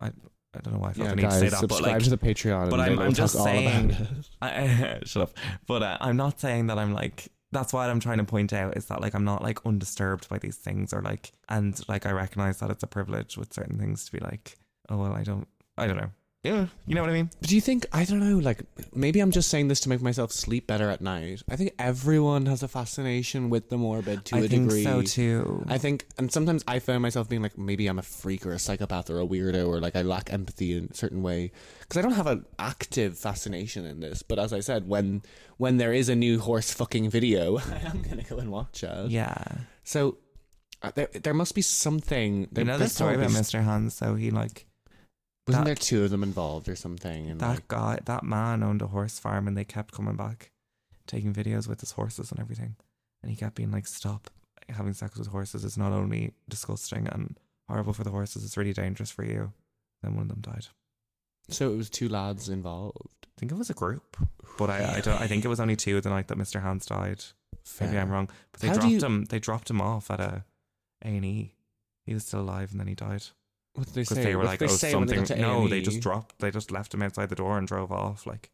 [SPEAKER 1] I, I don't know why I felt
[SPEAKER 2] Yeah,
[SPEAKER 1] the need
[SPEAKER 2] guys,
[SPEAKER 1] to say that, but
[SPEAKER 2] subscribe
[SPEAKER 1] like,
[SPEAKER 2] to the Patreon.
[SPEAKER 1] but
[SPEAKER 2] and
[SPEAKER 1] I'm-
[SPEAKER 2] we'll
[SPEAKER 1] I'm
[SPEAKER 2] talk
[SPEAKER 1] just
[SPEAKER 2] all about
[SPEAKER 1] saying- (laughs)
[SPEAKER 2] it.
[SPEAKER 1] I, shut up. But uh, I'm not saying that I'm like. That's what I'm trying to point out is that like I'm not like undisturbed by these things or like and like I recognize that it's a privilege with certain things to be like oh well I don't I don't know yeah you know what I mean
[SPEAKER 2] But do you think I don't know? Like maybe I'm just saying this to make myself sleep better at night. I think everyone has a fascination with the morbid to
[SPEAKER 1] I
[SPEAKER 2] a
[SPEAKER 1] think
[SPEAKER 2] degree.
[SPEAKER 1] so too
[SPEAKER 2] I think, and sometimes I find myself being like, maybe I'm a freak or a psychopath or a weirdo, or like I lack empathy in a certain way because I don't have an active fascination in this. But as I said, when when there is a new horse fucking video, (laughs) I am gonna go and watch it.
[SPEAKER 1] yeah
[SPEAKER 2] So uh, there, there must be something. There
[SPEAKER 1] you know the
[SPEAKER 2] there's
[SPEAKER 1] story about
[SPEAKER 2] always-
[SPEAKER 1] Mr. Hans. So he like
[SPEAKER 2] Wasn't
[SPEAKER 1] that-
[SPEAKER 2] there two of them involved or something? And
[SPEAKER 1] that
[SPEAKER 2] like,
[SPEAKER 1] guy, that man owned a horse farm, and they kept coming back, taking videos with his horses and everything, and he kept being like, "Stop! having sex with horses is not only disgusting and horrible for the horses, it's really dangerous for you. Then one of them died.
[SPEAKER 2] So it was two lads involved.
[SPEAKER 1] I think it was a group, but I I, don't, I think it was only two the night that Mr. Hans died. Maybe I'm wrong, but they
[SPEAKER 2] How do
[SPEAKER 1] dropped
[SPEAKER 2] you-
[SPEAKER 1] him. They dropped him off at a A and E. He was still alive, and then he died
[SPEAKER 2] What did they
[SPEAKER 1] because
[SPEAKER 2] say?
[SPEAKER 1] they were
[SPEAKER 2] What
[SPEAKER 1] like,
[SPEAKER 2] did
[SPEAKER 1] "Oh,
[SPEAKER 2] they say when
[SPEAKER 1] something."
[SPEAKER 2] got to
[SPEAKER 1] no, they just
[SPEAKER 2] A&E?
[SPEAKER 1] dropped. They just left him outside the door and drove off. Like,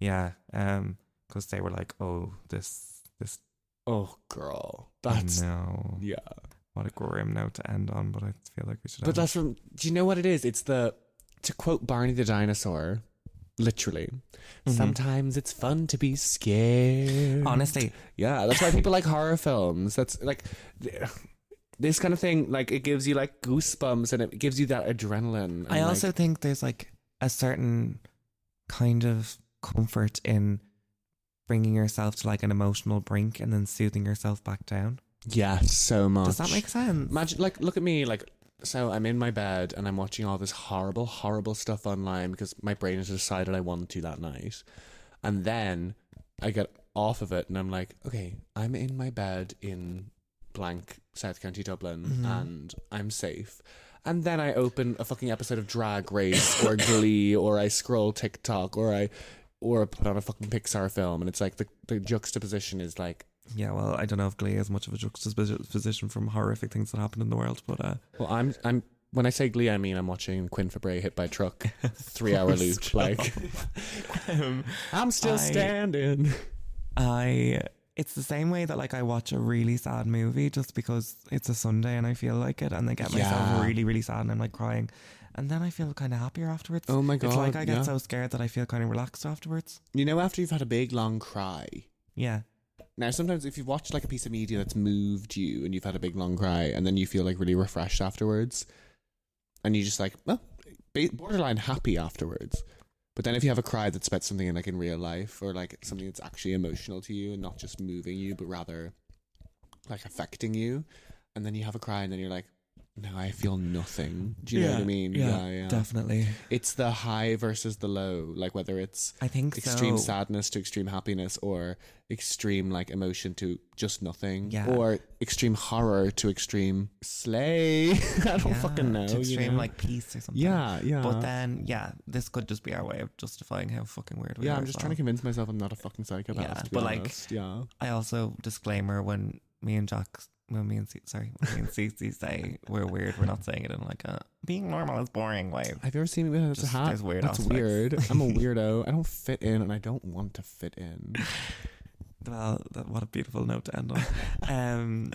[SPEAKER 1] yeah, um, because they were like, "Oh, this, this,
[SPEAKER 2] Oh, girl, that's
[SPEAKER 1] no,
[SPEAKER 2] yeah.
[SPEAKER 1] what a grim note to end on." But I feel like we should.
[SPEAKER 2] But
[SPEAKER 1] end
[SPEAKER 2] that's from. Do you know what it is? It's the to quote Barney the dinosaur, literally.
[SPEAKER 1] Mhm.
[SPEAKER 2] Sometimes it's fun to be scared.
[SPEAKER 1] it. (laughs) honestly,
[SPEAKER 2] Yeah, that's why people like horror films. That's like th- this kind of thing. Like it gives you like goosebumps and it gives you that adrenaline. and,
[SPEAKER 1] I also
[SPEAKER 2] like,
[SPEAKER 1] think there's like a certain kind of comfort in bringing yourself to like an emotional brink and then soothing yourself back down.
[SPEAKER 2] yeah, so much.
[SPEAKER 1] Does that make sense?
[SPEAKER 2] Imagine, like, look at me, like, so I'm in my bed and I'm watching all this horrible, horrible stuff online because my brain has decided I want to that night. And then I get off of it and I'm like, okay, I'm in my bed in blank South County Dublin
[SPEAKER 1] Mhm.
[SPEAKER 2] and I'm safe. And then I open a fucking episode of Drag Race or Glee or I scroll TikTok or I or put on a fucking Pixar film and it's like the, the juxtaposition is like,
[SPEAKER 1] Yeah, well, I don't know if Glee is much of a juxtaposition from horrific things that happen in the world, but
[SPEAKER 2] (laughs)
[SPEAKER 1] uh,
[SPEAKER 2] Well, I'm I'm when I say Glee, I mean I'm watching Quinn Fabray hit by truck, three (laughs) hour loop.
[SPEAKER 1] Stop.
[SPEAKER 2] Like
[SPEAKER 1] um,
[SPEAKER 2] I'm still
[SPEAKER 1] I-
[SPEAKER 2] standing.
[SPEAKER 1] I it's the same way that like I watch a really sad movie just because it's a Sunday and I feel like it, and I get myself
[SPEAKER 2] Yeah.
[SPEAKER 1] really really sad and I'm like crying, and then I feel kind of happier afterwards.
[SPEAKER 2] Oh my god!
[SPEAKER 1] it's like I get
[SPEAKER 2] yeah.
[SPEAKER 1] so scared that I feel kind of relaxed afterwards.
[SPEAKER 2] you know after you've had a big long cry.
[SPEAKER 1] Yeah,
[SPEAKER 2] Now sometimes if you've watched like a piece of media that's moved you and you've had a big long cry and then you feel like really refreshed afterwards, and you just like well, ba- borderline happy afterwards. But then if you have a cry that's about something in, like in real life or like something that's actually emotional to you and not just moving you but rather like affecting you, and then you have a cry and then you're like, no, I feel nothing. Do you know what I
[SPEAKER 1] Yeah,
[SPEAKER 2] mean?
[SPEAKER 1] yeah,
[SPEAKER 2] yeah.
[SPEAKER 1] definitely.
[SPEAKER 2] It's the high versus the low, like whether it's
[SPEAKER 1] I think
[SPEAKER 2] extreme
[SPEAKER 1] so.
[SPEAKER 2] sadness to extreme happiness or extreme like emotion to just nothing
[SPEAKER 1] Yeah.
[SPEAKER 2] or extreme horror to extreme slay (laughs) i don't
[SPEAKER 1] Yeah,
[SPEAKER 2] fucking know
[SPEAKER 1] to
[SPEAKER 2] you
[SPEAKER 1] extreme
[SPEAKER 2] know?
[SPEAKER 1] like peace or something.
[SPEAKER 2] yeah yeah
[SPEAKER 1] But then, yeah, this could just be our way of justifying how fucking weird we are.
[SPEAKER 2] yeah i'm
[SPEAKER 1] as
[SPEAKER 2] just
[SPEAKER 1] well.
[SPEAKER 2] trying to convince myself i'm not a fucking psychopath
[SPEAKER 1] Yeah,
[SPEAKER 2] to be
[SPEAKER 1] but, like-
[SPEAKER 2] honest. yeah
[SPEAKER 1] I also disclaimer when me and Jack, when me and C- sorry, when me and Cece say we're weird, we're not saying it in like a being normal is boring way.
[SPEAKER 2] have you ever seen me without a
[SPEAKER 1] Just-
[SPEAKER 2] hat
[SPEAKER 1] there's weird
[SPEAKER 2] that's
[SPEAKER 1] aspects.
[SPEAKER 2] (laughs) weird i'm a weirdo i don't fit in and i don't want to fit in
[SPEAKER 1] Well, that, what a beautiful note to end on. (laughs) Um,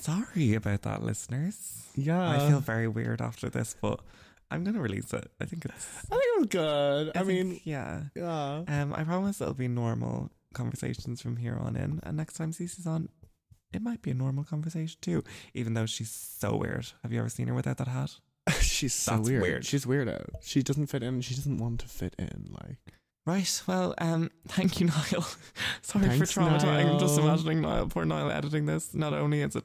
[SPEAKER 1] sorry about that, listeners.
[SPEAKER 2] yeah
[SPEAKER 1] I feel very weird after this, but I'm gonna release it. I think it's.
[SPEAKER 2] i think it was good i,
[SPEAKER 1] think-
[SPEAKER 2] mean (laughs)
[SPEAKER 1] yeah.
[SPEAKER 2] yeah
[SPEAKER 1] Um, I promise it'll be normal conversations from here on in, and next time Cece's on. It might be a normal conversation too, even though she's so weird. Have you ever seen her without that hat?
[SPEAKER 2] she's so
[SPEAKER 1] That's
[SPEAKER 2] weird.
[SPEAKER 1] weird.
[SPEAKER 2] she's weirdo she doesn't fit in she doesn't want to fit in like
[SPEAKER 1] Right. Well, um, thank you, Niall. (laughs) Sorry
[SPEAKER 2] Thanks,
[SPEAKER 1] for traumatizing. I'm just
[SPEAKER 2] Niall.
[SPEAKER 1] imagining Niall, poor Niall, editing this. Not only is it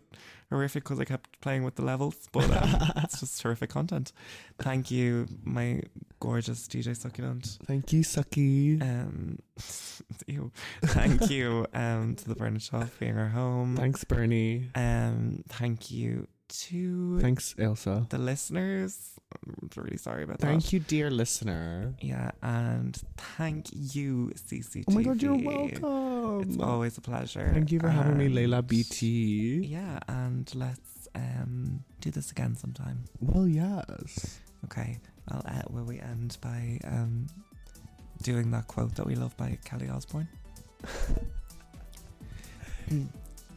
[SPEAKER 1] horrific because I kept playing with the levels, but
[SPEAKER 2] (laughs)
[SPEAKER 1] um, it's just terrific content. Thank you, my gorgeous DJ Succulent.
[SPEAKER 2] Thank you, Sucky.
[SPEAKER 1] Um, (laughs) ew.
[SPEAKER 2] (laughs)
[SPEAKER 1] Thank you, um, to the Burner Shop being our home.
[SPEAKER 2] Thanks, Bernie.
[SPEAKER 1] Um, thank you to
[SPEAKER 2] Thanks, Elsa.
[SPEAKER 1] the listeners. I'm really sorry about that.
[SPEAKER 2] Thank you, dear listener.
[SPEAKER 1] Yeah, and thank you, CCTV.
[SPEAKER 2] Oh my god, you're welcome.
[SPEAKER 1] It's always a pleasure.
[SPEAKER 2] Um, Thank you for having me,
[SPEAKER 1] And-
[SPEAKER 2] Layla BT.
[SPEAKER 1] Yeah, and let's um, do this again sometime.
[SPEAKER 2] Well, yes.
[SPEAKER 1] Okay, I'll uh, will we end by um, doing that quote that we love by Kelly Osbourne? (laughs)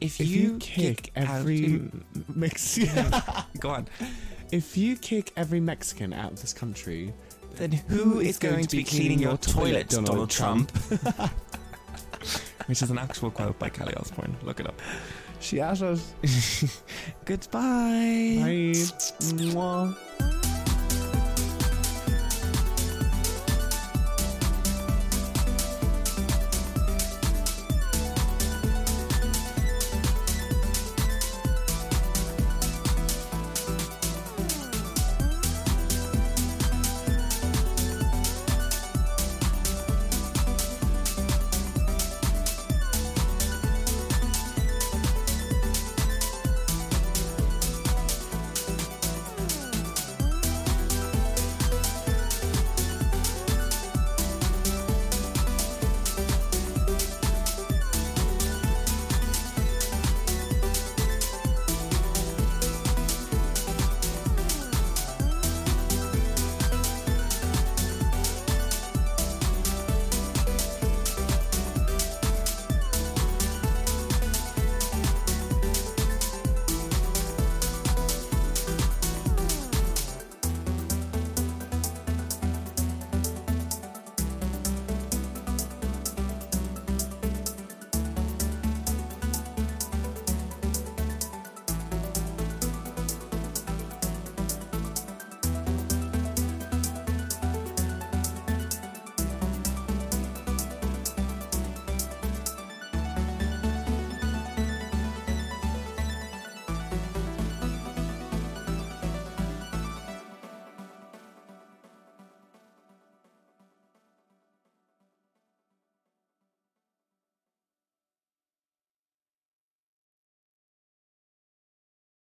[SPEAKER 1] if,
[SPEAKER 2] If you kick
[SPEAKER 1] out
[SPEAKER 2] every
[SPEAKER 1] in-
[SPEAKER 2] Mexican. (laughs)
[SPEAKER 1] go on,
[SPEAKER 2] if you kick every Mexican out of this country,
[SPEAKER 1] then who is going, to be cleaning your toilet, Donald, Trump? Which is an actual quote by Kelly Osbourne. Look it up.
[SPEAKER 2] She has us.
[SPEAKER 1] Goodbye.
[SPEAKER 2] Bye. Mwah.